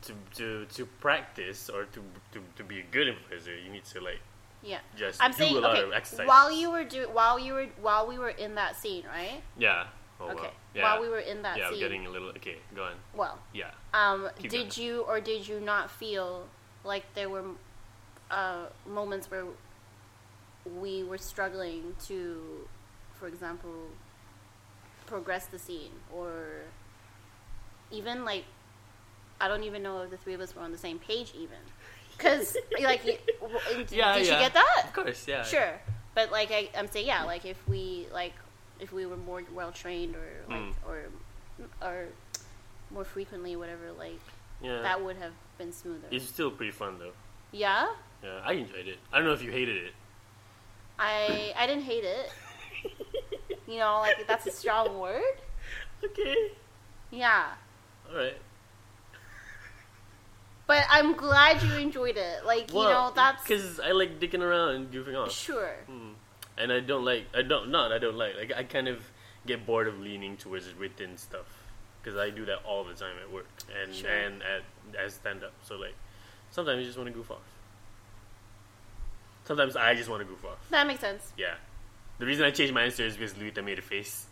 Speaker 1: to to to practice or to to to be a good improviser, you need to like
Speaker 3: Yeah.
Speaker 1: just
Speaker 3: I'm
Speaker 1: do
Speaker 3: saying
Speaker 1: a lot
Speaker 3: okay.
Speaker 1: of exercises.
Speaker 3: While you were doing, while you were, while we were in that scene, right?
Speaker 1: yeah. Oh,
Speaker 3: okay.
Speaker 1: Wow. Yeah.
Speaker 3: While we were in that
Speaker 1: yeah, I'm
Speaker 3: scene,
Speaker 1: getting a little okay. Go on.
Speaker 3: well,
Speaker 1: Yeah.
Speaker 3: Um,
Speaker 1: Keep
Speaker 3: did
Speaker 1: going.
Speaker 3: you or did you not feel like there were uh, moments where we were struggling to, for example, progress the scene or even like I don't even know if the three of us were on the same page even because like you, w- did
Speaker 1: Yeah,
Speaker 3: you
Speaker 1: yeah.
Speaker 3: get that?
Speaker 1: Of course. Yeah.
Speaker 3: Sure, but like I, I'm saying, yeah, like if we like if we were more well trained or like
Speaker 1: Mm.
Speaker 3: or or more frequently, whatever, like
Speaker 1: Yeah.
Speaker 3: that would have been smoother.
Speaker 1: it's still pretty fun though.
Speaker 3: yeah,
Speaker 1: Yeah, I enjoyed it. I don't know if you hated it.
Speaker 3: I I didn't hate it. you know, like that's a strong word.
Speaker 1: Okay.
Speaker 3: Yeah,
Speaker 1: All right.
Speaker 3: but I'm glad you enjoyed it. Like you know, that's
Speaker 1: because I like dicking around and goofing off,
Speaker 3: sure.
Speaker 1: and I don't like I don't not I don't like like I kind of get bored of leaning towards written stuff because I do that all the time at work and
Speaker 3: Sure.
Speaker 1: and at as stand up. So like sometimes you just want to goof off. Sometimes I just want to goof off.
Speaker 3: That makes sense.
Speaker 1: Yeah, the reason I changed my answer is because Luita made a face.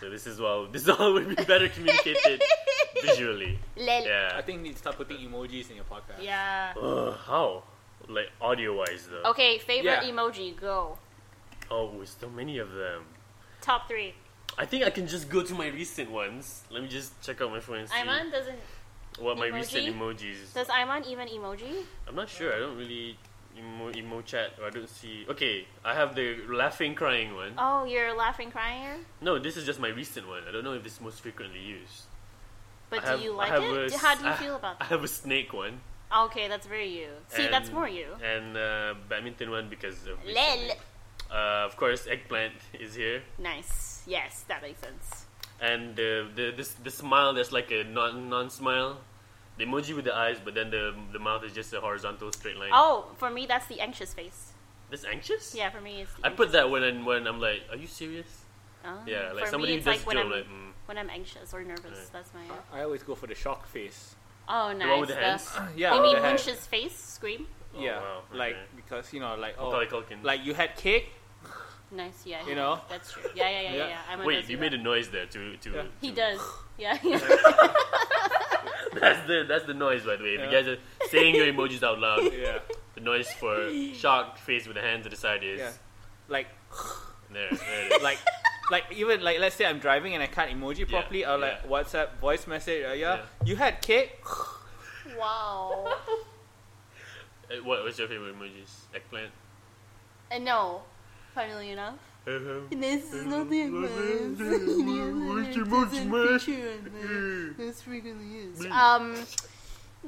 Speaker 1: So this is all this is all would be better communicated visually.
Speaker 3: Lel.
Speaker 1: Yeah.
Speaker 2: I think you need to start putting emojis in your podcast.
Speaker 3: Yeah.
Speaker 1: Ugh, how? Like audio wise though.
Speaker 3: Okay, favorite
Speaker 2: Yeah.
Speaker 3: emoji, go.
Speaker 1: Oh, there's so many of them.
Speaker 3: Top three.
Speaker 1: I think I can just go to my recent ones. Let me just check out my phone and see
Speaker 3: Iman doesn't
Speaker 1: what my
Speaker 3: emoji?
Speaker 1: recent emojis.
Speaker 3: Does Iman even emoji?
Speaker 1: I'm not sure. I don't really emo, emo chat or I don't see. Okay, I have the laughing crying one.
Speaker 3: Oh, you're laughing, crying.
Speaker 1: No, this is just my recent one. I don't know if it's most frequently used.
Speaker 3: But
Speaker 1: I have-
Speaker 3: do you
Speaker 1: I
Speaker 3: like
Speaker 1: have
Speaker 3: it?
Speaker 1: a
Speaker 3: How do you
Speaker 1: s-
Speaker 3: feel about
Speaker 1: I
Speaker 3: that? Oh,
Speaker 1: have a snake one.
Speaker 3: okay, that's very you. See, that's
Speaker 1: and-
Speaker 3: more you.
Speaker 1: And uh, badminton one because of recently.
Speaker 3: Lel.
Speaker 1: Uh, of course, eggplant is here,
Speaker 3: Nice. Yes, that makes sense.
Speaker 1: and the the this the smile that's like a non non smile, the emoji with the eyes, but then the the mouth is just a horizontal straight line.
Speaker 3: Oh, for me, that's the anxious face.
Speaker 1: That's anxious.
Speaker 3: Yeah, for me, it's. The
Speaker 1: I put that when I'm, when I'm like, are you serious?
Speaker 3: Oh.
Speaker 1: Yeah, like
Speaker 3: for
Speaker 1: somebody
Speaker 3: me,
Speaker 1: who
Speaker 3: it's
Speaker 1: does
Speaker 3: like when
Speaker 1: Joe,
Speaker 3: I'm
Speaker 1: like, mm.
Speaker 3: when I'm anxious or nervous.
Speaker 1: Right.
Speaker 3: That's my.
Speaker 2: I always go for the shock face.
Speaker 3: Oh, nice.
Speaker 1: the one with the
Speaker 3: that's-
Speaker 1: hands.
Speaker 2: Yeah,
Speaker 3: you
Speaker 2: with
Speaker 3: mean
Speaker 2: the hand.
Speaker 3: Munch's face scream?
Speaker 1: Oh,
Speaker 2: Yeah,
Speaker 1: wow,
Speaker 2: like
Speaker 1: okay.
Speaker 2: because you know, like oh,
Speaker 1: Macaulay Culkin.
Speaker 2: like you had cake.
Speaker 3: Nice. Yeah.
Speaker 2: You
Speaker 3: yeah,
Speaker 2: know?
Speaker 3: That's true. Yeah, yeah, yeah, yeah.
Speaker 2: Yeah.
Speaker 3: yeah. Iman
Speaker 1: Wait,
Speaker 3: does
Speaker 1: you
Speaker 3: do
Speaker 1: made a
Speaker 3: that.
Speaker 1: noise there to to.
Speaker 2: Yeah.
Speaker 1: to-
Speaker 3: He does. Yeah.
Speaker 1: That's the that's the noise by the way. If you
Speaker 2: Yeah.
Speaker 1: guys are saying your emojis out loud,
Speaker 2: Yeah,
Speaker 1: the noise for shocked face with the hand to the side is
Speaker 2: yeah, like
Speaker 1: there. there it is.
Speaker 2: like like even like let's say I'm driving and I can't emoji
Speaker 1: Yeah,
Speaker 2: properly or like
Speaker 1: yeah.
Speaker 2: WhatsApp voice message. Uh, yeah,
Speaker 1: Yeah.
Speaker 2: you had cake.
Speaker 3: wow.
Speaker 1: Uh, What was your favorite emojis? Eggplant.
Speaker 3: And no, funnily enough. This is not the This frequently is. Um,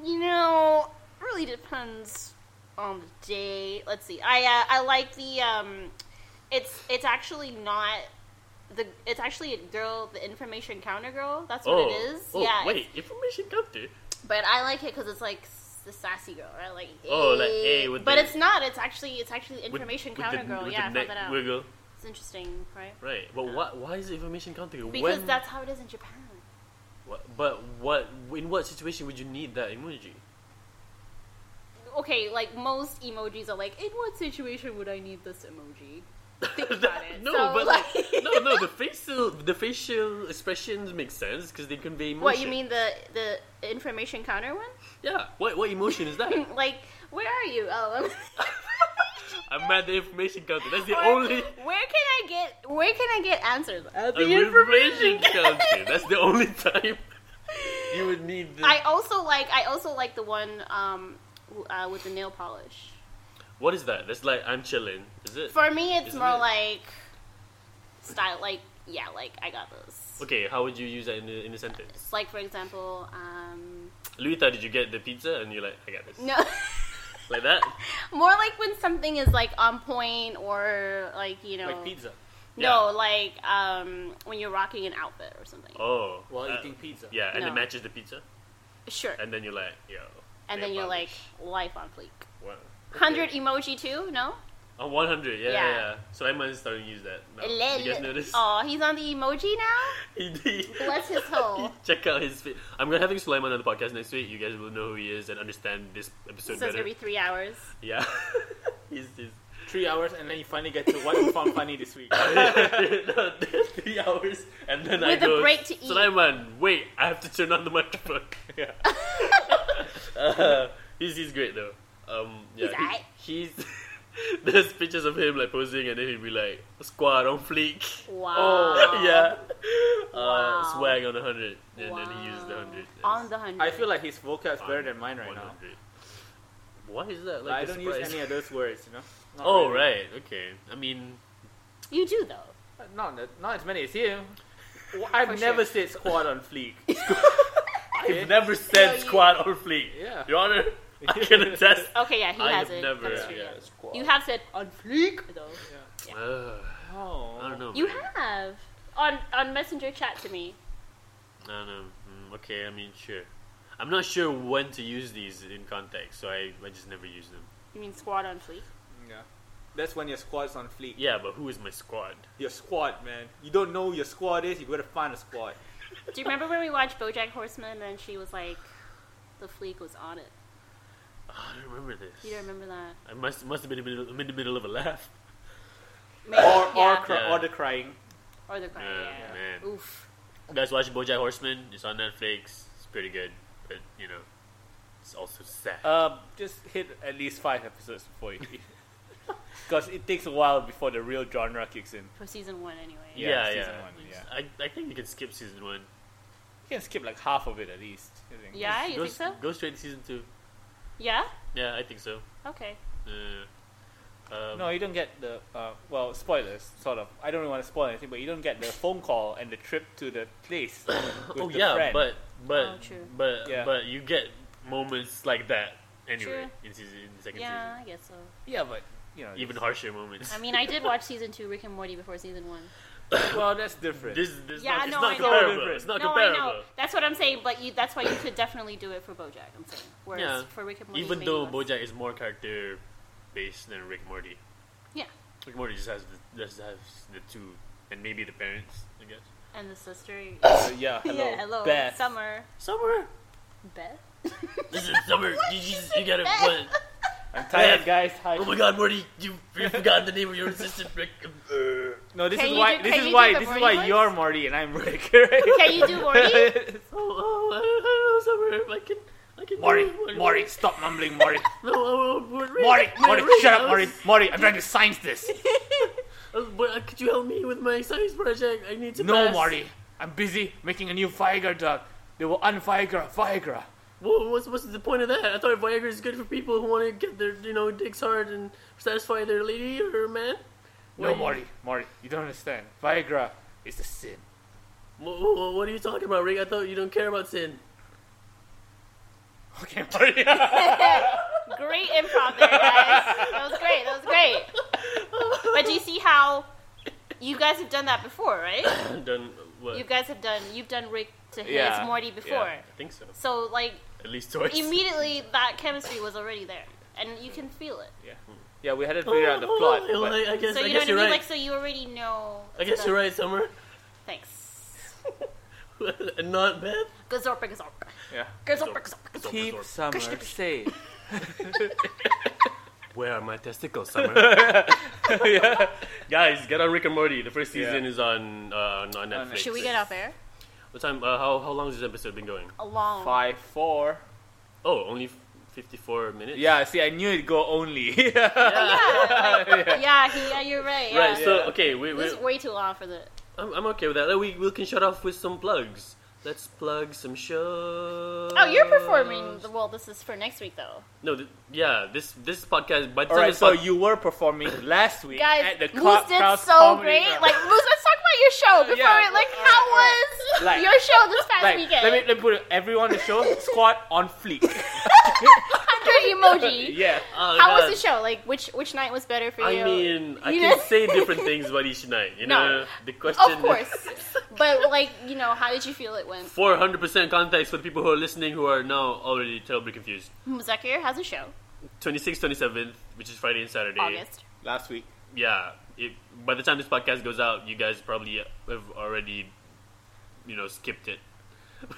Speaker 3: you know, really depends on the day. Let's see. I uh, I like the um, it's it's actually not the it's actually a girl, the information counter girl. That's what
Speaker 1: Oh,
Speaker 3: it is.
Speaker 1: oh,
Speaker 3: yeah.
Speaker 1: Wait, information counter.
Speaker 3: But I like it because it's like s- the sassy girl, right? Like
Speaker 1: Oh, like,
Speaker 3: eh.
Speaker 1: eh, with
Speaker 3: but
Speaker 1: the-
Speaker 3: it's not. It's actually it's actually the
Speaker 1: With-
Speaker 3: information
Speaker 1: with the-
Speaker 3: counter girl.
Speaker 1: with
Speaker 3: yeah, I
Speaker 1: the
Speaker 3: found that
Speaker 1: neck
Speaker 3: out.
Speaker 1: wiggle.
Speaker 3: It's interesting, right?
Speaker 1: Right, but what? Why is it information counter?
Speaker 3: Because
Speaker 1: when,
Speaker 3: that's how it is in Japan.
Speaker 1: wha- But what? In what situation would you need that emoji?
Speaker 3: Okay, like most emojis are like, in what situation would I need this emoji? think about it.
Speaker 1: no,
Speaker 3: So,
Speaker 1: but like, no, no. The facial, the facial expressions make sense because they convey emotion.
Speaker 3: what you mean the the information counter one?
Speaker 1: Yeah. What what emotion is that?
Speaker 3: like, where are you, Oh, Ellen?
Speaker 1: I'm mad the information counter. That's the
Speaker 3: Or,
Speaker 1: only.
Speaker 3: Where can I get? Where can I get answers? At
Speaker 1: an information counter. That's the only time you would need. The,
Speaker 3: I also like. I also like the one um, w- uh, with the nail polish.
Speaker 1: what is that? That's like I'm chilling. Is it?
Speaker 3: For me, it's
Speaker 1: Isn't
Speaker 3: more
Speaker 1: it?
Speaker 3: like style. Like yeah, like I got this.
Speaker 1: Okay, how would you use that in a, in a sentence?
Speaker 3: It's like for example, um,
Speaker 1: Luita, did you get the pizza? And you're like, I got this.
Speaker 3: no,
Speaker 1: Like that?
Speaker 3: more like when something is like on point or like you know,
Speaker 2: Like pizza
Speaker 3: No, like um, when you're rocking an outfit or something.
Speaker 1: Oh.
Speaker 2: while
Speaker 1: uh,
Speaker 2: eating pizza.
Speaker 1: Yeah, and
Speaker 3: No.
Speaker 1: it matches the pizza.
Speaker 3: Sure. And,
Speaker 1: And then you're like, yo.
Speaker 3: then
Speaker 1: nail
Speaker 3: you're like
Speaker 1: polish.
Speaker 3: life on fleek.
Speaker 1: Wow. Okay.
Speaker 3: Hundred emoji too? No.
Speaker 1: Oh, 100, yeah, yeah,
Speaker 3: Yeah.
Speaker 1: yeah. So Emma is starting to use that. Now. You guys notice?
Speaker 3: Oh, he's on the emoji now.
Speaker 1: He- he-
Speaker 3: Bless his soul.
Speaker 1: Check out his. Fi- I'm gonna having Sulaiman on the podcast next week. You guys will know who he is and understand this
Speaker 3: So
Speaker 1: episode
Speaker 3: it's gonna
Speaker 1: better.
Speaker 3: be three hours.
Speaker 1: Yeah, he's, he's
Speaker 2: Three hours, and then you finally get to what you found funny this week.
Speaker 1: No, three hours, and then I
Speaker 3: With a
Speaker 1: go.
Speaker 3: break to eat.
Speaker 1: Sulaiman, wait! I have to turn on the microphone.
Speaker 2: yeah.
Speaker 1: Uh, he's he's great though. Um, yeah,
Speaker 3: He's
Speaker 1: he-
Speaker 3: aight.
Speaker 1: he's- there's pictures of him like posing, and then he'd be like squad on fleek.
Speaker 3: Wow.
Speaker 1: yeah.
Speaker 3: Wow.
Speaker 1: Uh, swag on a hundred, and
Speaker 3: Wow.
Speaker 1: then he uses the hundred.
Speaker 3: On the hundred.
Speaker 2: I feel like his vocab is better than mine right now.
Speaker 1: 100. Why is that? Like
Speaker 2: I
Speaker 1: a
Speaker 2: don't
Speaker 1: surprise?
Speaker 2: use any of those words, you know. Not
Speaker 1: Oh
Speaker 2: really.
Speaker 1: right, okay. I mean,
Speaker 3: you do though.
Speaker 2: Not that- not as many as you. Well, I've
Speaker 3: For
Speaker 2: never said squad on fleek.
Speaker 1: I've never said
Speaker 3: No, you-
Speaker 1: squad or fleet.
Speaker 2: Yeah.
Speaker 1: Your Honor, I can attest.
Speaker 3: Okay, yeah, he
Speaker 1: I
Speaker 3: has
Speaker 1: have
Speaker 3: it.
Speaker 1: never.
Speaker 3: That's true,
Speaker 1: yeah,
Speaker 3: yeah.
Speaker 1: squad.
Speaker 3: You have said on fleek though.
Speaker 1: Ugh,
Speaker 2: Oh.
Speaker 1: Uh, I don't know.
Speaker 3: You
Speaker 1: man.
Speaker 3: have on on messenger chat to me.
Speaker 1: I don't know. Mm, okay, I mean, sure. I'm not sure when to use these in context, so I, I just never use them.
Speaker 3: You mean squad on fleek?
Speaker 2: Yeah. That's when your squad's on fleek.
Speaker 1: Yeah, but who is my squad?
Speaker 2: Your squad, man. You don't know who your squad is. You gotta find a squad.
Speaker 3: Do you remember when we watched BoJack Horseman and then she was like, the fleek was on it?
Speaker 1: Oh, I don't remember this.
Speaker 3: You don't remember that?
Speaker 1: I must must have been in the middle, I'm in the middle of a laugh.
Speaker 3: Maybe,
Speaker 2: Or or,
Speaker 3: yeah.
Speaker 2: cry,
Speaker 1: Yeah.
Speaker 2: or the crying.
Speaker 3: Or the cry.
Speaker 1: Yeah,
Speaker 3: Yeah.
Speaker 1: man.
Speaker 3: Oof.
Speaker 1: You guys watch BoJack Horseman? It's on Netflix. It's pretty good, but you know, it's also sad.
Speaker 2: Um, just hit at least five episodes before you. Because it takes a while before the real genre kicks in.
Speaker 3: For season one, anyway.
Speaker 2: yeah,
Speaker 1: yeah,
Speaker 2: season
Speaker 1: yeah.
Speaker 2: one, yeah.
Speaker 1: I, I think you can skip season one.
Speaker 2: You can skip like half of it at least. I think.
Speaker 3: Yeah, you
Speaker 1: go,
Speaker 3: think so?
Speaker 1: Go straight to season two.
Speaker 3: Yeah?
Speaker 1: Yeah, I think so.
Speaker 3: Okay.
Speaker 1: Uh, um,
Speaker 2: No, you don't get the uh, well spoilers. Sort of. I don't really want to spoil anything, but you don't get the phone call and the trip to the place. with
Speaker 1: oh
Speaker 2: the
Speaker 1: yeah,
Speaker 2: friend.
Speaker 1: but but
Speaker 3: Oh, true.
Speaker 1: but
Speaker 2: Yeah.
Speaker 1: but you get moments like that anyway
Speaker 3: True.
Speaker 1: in season in the second
Speaker 3: Yeah, I guess so.
Speaker 2: yeah, but you know,
Speaker 1: season. Even
Speaker 2: it's-
Speaker 1: harsher moments.
Speaker 3: I mean, I did watch season two, Rick and Morty, before season one.
Speaker 2: well, that's different.
Speaker 1: this this
Speaker 3: Yeah,
Speaker 1: not,
Speaker 3: no, I
Speaker 1: it's not
Speaker 3: know.
Speaker 1: comparable. It's not
Speaker 3: no,
Speaker 1: comparable.
Speaker 3: I know. That's what I'm saying, but you, that's why you should definitely do it for BoJack. I'm saying. Whereas
Speaker 1: Yeah.
Speaker 3: for Rick and Morty,
Speaker 1: Even
Speaker 3: maybe
Speaker 1: though
Speaker 3: less.
Speaker 1: BoJack is more character based than Rick and Morty,
Speaker 3: yeah,
Speaker 1: Rick and Morty just has the just has the two and maybe the parents, I guess.
Speaker 3: and the sister.
Speaker 2: So, Uh, yeah, hello,
Speaker 3: yeah, hello,
Speaker 2: Beth.
Speaker 3: Summer,
Speaker 1: Summer,
Speaker 3: Beth.
Speaker 1: this is Summer. you just, you gotta.
Speaker 3: Beth?
Speaker 1: What?
Speaker 2: I'm tired,
Speaker 1: Beth.
Speaker 2: guys. Hi.
Speaker 1: Oh my God, Morty, you you forgot the name of your assistant, Rick. Uh,
Speaker 2: No, this
Speaker 3: Can
Speaker 2: is
Speaker 3: you
Speaker 2: why.
Speaker 3: do- can
Speaker 2: this
Speaker 3: you
Speaker 2: is
Speaker 3: do
Speaker 2: why.
Speaker 3: the
Speaker 2: This is
Speaker 3: Morty
Speaker 2: why
Speaker 3: voice?
Speaker 2: you're Morty and I'm Rick. Right?
Speaker 3: Can you do Morty?
Speaker 1: Oh, oh, I don't, I don't know, Summer. I can, I can.
Speaker 2: Morty,
Speaker 1: do it.
Speaker 2: Morty, stop mumbling, Morty.
Speaker 1: No, oh, oh, Rick.
Speaker 2: Morty,
Speaker 1: Rick,
Speaker 2: Morty,
Speaker 1: Rick,
Speaker 2: shut
Speaker 1: I
Speaker 2: up,
Speaker 1: was-
Speaker 2: Morty. Morty, I'm trying to science this.
Speaker 1: I was- But uh, could you help me with my science project? I need to.
Speaker 2: No,
Speaker 1: pass.
Speaker 2: Morty, I'm busy making a new Viagra drug. They will unviagra Viagra.
Speaker 1: Wha- what's what's the point of that? I thought Viagra is good for people who want to get their you know dicks hard and satisfy their lady or man.
Speaker 2: No,
Speaker 1: Wait.
Speaker 2: Morty, Morty, you don't understand. Viagra is a sin.
Speaker 1: Wha- wha- wha- what are you talking about, Rick? I thought you don't care about sin.
Speaker 2: Okay, Morty.
Speaker 3: great improv there, guys. That was great. That was great. But do you see how you guys have done that before, right?
Speaker 1: Done what?
Speaker 3: You guys have done. You've done Rick to his
Speaker 2: Yeah,
Speaker 3: Morty
Speaker 2: yeah.
Speaker 3: before.
Speaker 1: I think so.
Speaker 3: So like
Speaker 1: At least twice.
Speaker 3: immediately that chemistry was already there, and you can feel it.
Speaker 2: yeah. yeah, we hadn't
Speaker 1: Oh,
Speaker 2: figured out the
Speaker 1: oh,
Speaker 2: plot.
Speaker 1: oh,
Speaker 2: But
Speaker 1: I, I guess
Speaker 3: So
Speaker 1: I
Speaker 3: you know
Speaker 1: guess
Speaker 3: what I mean?
Speaker 1: you're right.
Speaker 3: Like so you already know.
Speaker 1: I guess you're right, Summer.
Speaker 3: Thanks.
Speaker 1: And Not bad.
Speaker 3: Gazorpa, gazorpa,
Speaker 2: yeah.
Speaker 3: gazorpa, gazorpa.
Speaker 1: Zorp, zorp, zorp.
Speaker 2: Keep summer safe.
Speaker 1: Where are my testicles, Summer?
Speaker 2: yeah.
Speaker 1: Guys, get on Rick and Morty. The first
Speaker 2: Yeah.
Speaker 1: season is on uh, on on Netflix.
Speaker 3: Should we get off air?
Speaker 1: What time? Uh, how how long has this episode been going?
Speaker 3: A long.
Speaker 2: Five four.
Speaker 1: Oh, only fifty four minutes.
Speaker 2: Yeah, see, I knew it'd go only. yeah.
Speaker 3: Yeah, he, yeah, you're right. Yeah.
Speaker 1: Right. So
Speaker 2: Yeah.
Speaker 1: okay, we, we
Speaker 3: This is way too long for the.
Speaker 1: I'm, I'm okay with that. Uh, We we can shut off with some plugs. Let's plug some shows.
Speaker 3: Oh, you're performing. The, well, this is for next week though.
Speaker 1: No, th- yeah. This this podcast. By the time
Speaker 2: All right,
Speaker 1: this
Speaker 2: so
Speaker 1: pod-
Speaker 2: you were performing last week
Speaker 3: Guys,
Speaker 2: at the
Speaker 3: Moose
Speaker 2: Cro-
Speaker 3: did
Speaker 2: Kraus
Speaker 3: so
Speaker 2: Comedy
Speaker 3: great.
Speaker 2: Club.
Speaker 3: Like Moose, let's talk about your show before
Speaker 2: yeah,
Speaker 3: we, like
Speaker 2: all right,
Speaker 3: how
Speaker 2: all right.
Speaker 3: was
Speaker 2: Like-
Speaker 3: your show this past
Speaker 2: Like,
Speaker 3: weekend?
Speaker 2: let me let me put it, everyone in the show squat on fleek.
Speaker 3: Under emoji.
Speaker 2: yeah.
Speaker 1: Oh,
Speaker 3: How
Speaker 1: God.
Speaker 3: was the show? Like which which night was better for you?
Speaker 1: I mean, I
Speaker 3: You
Speaker 1: can
Speaker 3: know-
Speaker 1: say different things about each night. You
Speaker 3: No.
Speaker 1: know, the question.
Speaker 3: of course. but like you know, how did you feel it went?
Speaker 1: Four hundred percent context for the people who are listening who are now already terribly confused.
Speaker 3: Zakir has a show
Speaker 1: 26th, 27th, which is Friday and Saturday.
Speaker 3: August.
Speaker 2: Last week.
Speaker 1: Yeah. It, by the time this podcast goes out, you guys probably have already, you know, skipped it.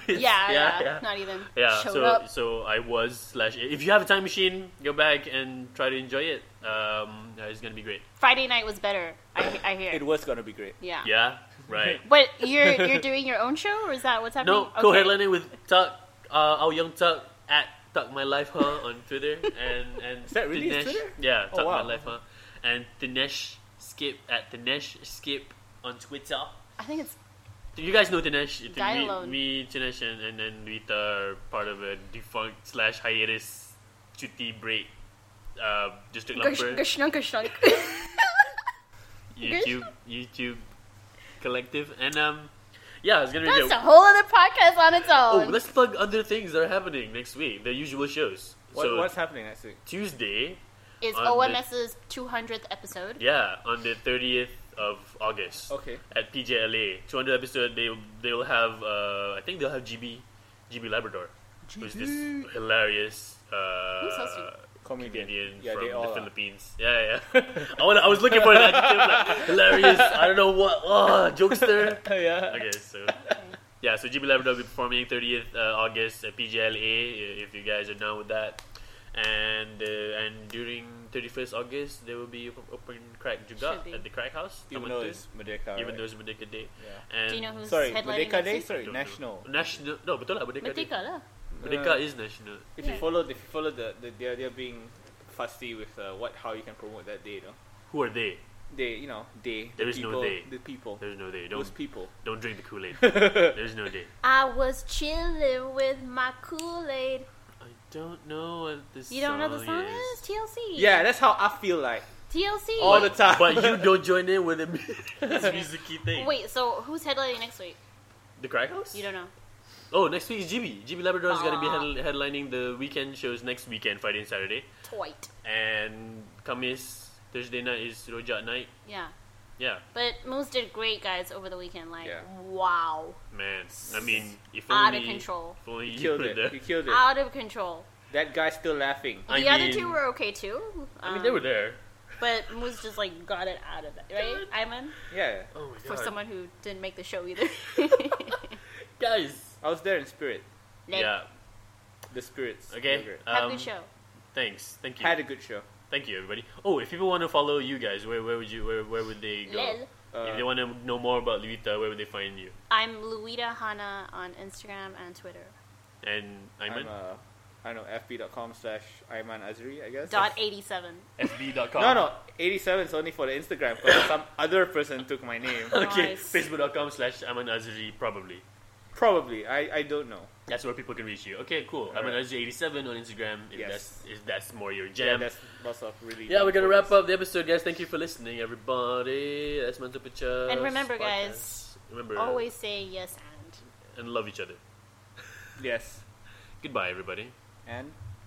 Speaker 3: Yeah, yeah, Not even.
Speaker 1: Yeah,
Speaker 3: Showed
Speaker 1: so
Speaker 3: up.
Speaker 1: so I was slash. If you have a time machine, go back and try to enjoy it. Um, yeah, it's gonna be great.
Speaker 3: Friday night was better. I, I hear.
Speaker 2: It was gonna be great.
Speaker 3: yeah.
Speaker 1: Yeah, right.
Speaker 3: But you're you're doing your own show, or is that what's happening?
Speaker 1: no, co-headlining with Tuck, uh, our young Tuck at Tuck My Life Huh on Twitter, and and
Speaker 2: Is that really his
Speaker 1: Dinesh-
Speaker 2: Twitter?
Speaker 1: Yeah,
Speaker 2: Oh,
Speaker 1: Tuck
Speaker 2: wow.
Speaker 1: My Life Huh, and Dinesh Skip at Dinesh Skip on Twitter.
Speaker 3: I think it's
Speaker 1: Do You guys know Dinesh. It-
Speaker 3: Die
Speaker 1: me,
Speaker 3: Alone.
Speaker 1: me, Dinesh, and and, and Luita are part of a defunct slash hiatus cutie break. Uh, district
Speaker 3: Gersh-
Speaker 1: lumper.
Speaker 3: Gershnunk Gershnunk.
Speaker 1: YouTube YouTube collective and um yeah it's gonna be
Speaker 3: That's
Speaker 1: good.
Speaker 3: a whole other podcast on its
Speaker 1: Oh,
Speaker 3: own.
Speaker 1: let's plug other things that are happening next week. The usual shows.
Speaker 2: What,
Speaker 1: so
Speaker 2: what's happening next week?
Speaker 1: Tuesday,
Speaker 3: It's
Speaker 1: on the-
Speaker 3: OMS's 200th episode.
Speaker 1: yeah, on the thirtieth of August.
Speaker 2: Okay.
Speaker 1: At PJLA, two hundred episode. They they'll have uh I think they'll have GB GB Labrador, who's this
Speaker 2: GB.
Speaker 1: hilarious uh,
Speaker 3: Who's hosting?
Speaker 2: Comedian.
Speaker 1: comedian
Speaker 2: Yeah,
Speaker 1: from
Speaker 2: they all
Speaker 1: the
Speaker 2: are.
Speaker 1: Philippines. Yeah, yeah. I, wanna, I was looking for an adjective like hilarious. I don't know what. Oh, jokester.
Speaker 2: yeah.
Speaker 1: Okay, so yeah, so GB Labrador will be performing 30th uh, August at PGLA if you guys are down with that. And uh, and during 31st August there will be op- open crack juga
Speaker 3: Should be.
Speaker 1: at the crack house.
Speaker 2: Even
Speaker 1: Taman
Speaker 2: though
Speaker 1: Tu,
Speaker 2: it's Merdeka.
Speaker 1: even
Speaker 2: right?
Speaker 1: though it's Merdeka Day.
Speaker 2: Yeah.
Speaker 1: And
Speaker 3: Do you know who's
Speaker 2: Sorry,
Speaker 3: headlining
Speaker 2: Merdeka
Speaker 3: next
Speaker 2: Day?
Speaker 3: week?
Speaker 2: Sorry,
Speaker 1: Don't know.
Speaker 2: National.
Speaker 1: National. No, betul lah Merdeka Day.
Speaker 3: Merdeka lah.
Speaker 1: Merdeka is national.
Speaker 2: If
Speaker 3: Yeah.
Speaker 2: you follow, if you follow the, the they're, they're being fussy with uh, what how you can promote that day, though.
Speaker 1: Who are they?
Speaker 2: They, you know, they.
Speaker 1: There
Speaker 2: the
Speaker 1: is no
Speaker 2: people,
Speaker 1: they.
Speaker 2: The people.
Speaker 1: There's no they. Don't
Speaker 2: Those people.
Speaker 1: don't drink the Kool Aid.
Speaker 2: yeah.
Speaker 1: There's no they.
Speaker 3: I was chilling with my Kool-Aid.
Speaker 1: I don't know what this.
Speaker 3: You don't know the song
Speaker 1: is.
Speaker 3: is? TLC.
Speaker 2: that's how I feel like
Speaker 3: TLC.
Speaker 2: all the time.
Speaker 1: But you don't join in with the musicy thing.
Speaker 3: Wait, so who's headlining next week?
Speaker 1: The crack house?
Speaker 3: You don't know.
Speaker 1: Oh, next week is GB. GB Labrador is going to be
Speaker 3: Aw.
Speaker 1: head- headlining the weekend shows next weekend, Friday and Saturday.
Speaker 3: Twite.
Speaker 1: And Kamis, Thursday night is Rojak night.
Speaker 3: Yeah.
Speaker 1: Yeah,
Speaker 3: But Moose did great, guys, over the weekend. Like,
Speaker 2: Yeah.
Speaker 3: wow.
Speaker 1: man. I mean, if
Speaker 3: Out
Speaker 1: only,
Speaker 3: of control.
Speaker 1: If only
Speaker 2: You
Speaker 1: you
Speaker 2: killed
Speaker 1: were
Speaker 2: it.
Speaker 1: there.
Speaker 2: You killed it.
Speaker 3: Out of control.
Speaker 2: That guy's still laughing.
Speaker 1: I
Speaker 3: the other
Speaker 1: mean-
Speaker 3: two were okay too.
Speaker 1: I mean,
Speaker 3: um,
Speaker 1: they were there.
Speaker 3: But Moose just like got it out of it, right? Iman,
Speaker 2: Yeah.
Speaker 1: Oh my god.
Speaker 3: for someone who didn't make the show either.
Speaker 1: Guys.
Speaker 2: I was there in spirit.
Speaker 3: Nick,
Speaker 1: Yeah.
Speaker 2: The spirits.
Speaker 1: Okay.
Speaker 2: Were great.
Speaker 1: Um,
Speaker 3: have a good show.
Speaker 1: Thanks. Thank you.
Speaker 2: Had a good show.
Speaker 1: Thank you, everybody. Oh, if people want to follow you guys, where where would you where where would they go?
Speaker 3: Lil,
Speaker 2: Uh,
Speaker 1: If they want to know more about Luita, where would they find you?
Speaker 3: I'm Luita Hana on Instagram and Twitter.
Speaker 1: And
Speaker 2: I'm,
Speaker 1: Ayman?
Speaker 2: uh, I don't know, fb.com slash Ayman Azri, I guess.
Speaker 3: Dot eighty seven.
Speaker 1: FB.com.
Speaker 2: No, no, 87 is only for the Instagram because some other person took my name.
Speaker 1: Okay,
Speaker 3: Nice.
Speaker 1: facebook.com slash Ayman Azri, probably.
Speaker 2: Probably. I, I don't know.
Speaker 1: That's where people can reach you. Okay, cool. I'm
Speaker 2: Alright.
Speaker 1: at Azri87 on Instagram. If
Speaker 2: Yes.
Speaker 1: that's if that's more your
Speaker 2: Yeah,
Speaker 1: jam. Yeah,
Speaker 2: that's lots of really.
Speaker 1: we're gonna wrap up the episode, guys. Thank you for listening, everybody. That's Manta Pichas
Speaker 3: And remember, guys,
Speaker 1: podcast. remember
Speaker 3: Always say yes and.
Speaker 1: and love each other.
Speaker 2: Yes.
Speaker 1: Goodbye, everybody.
Speaker 2: And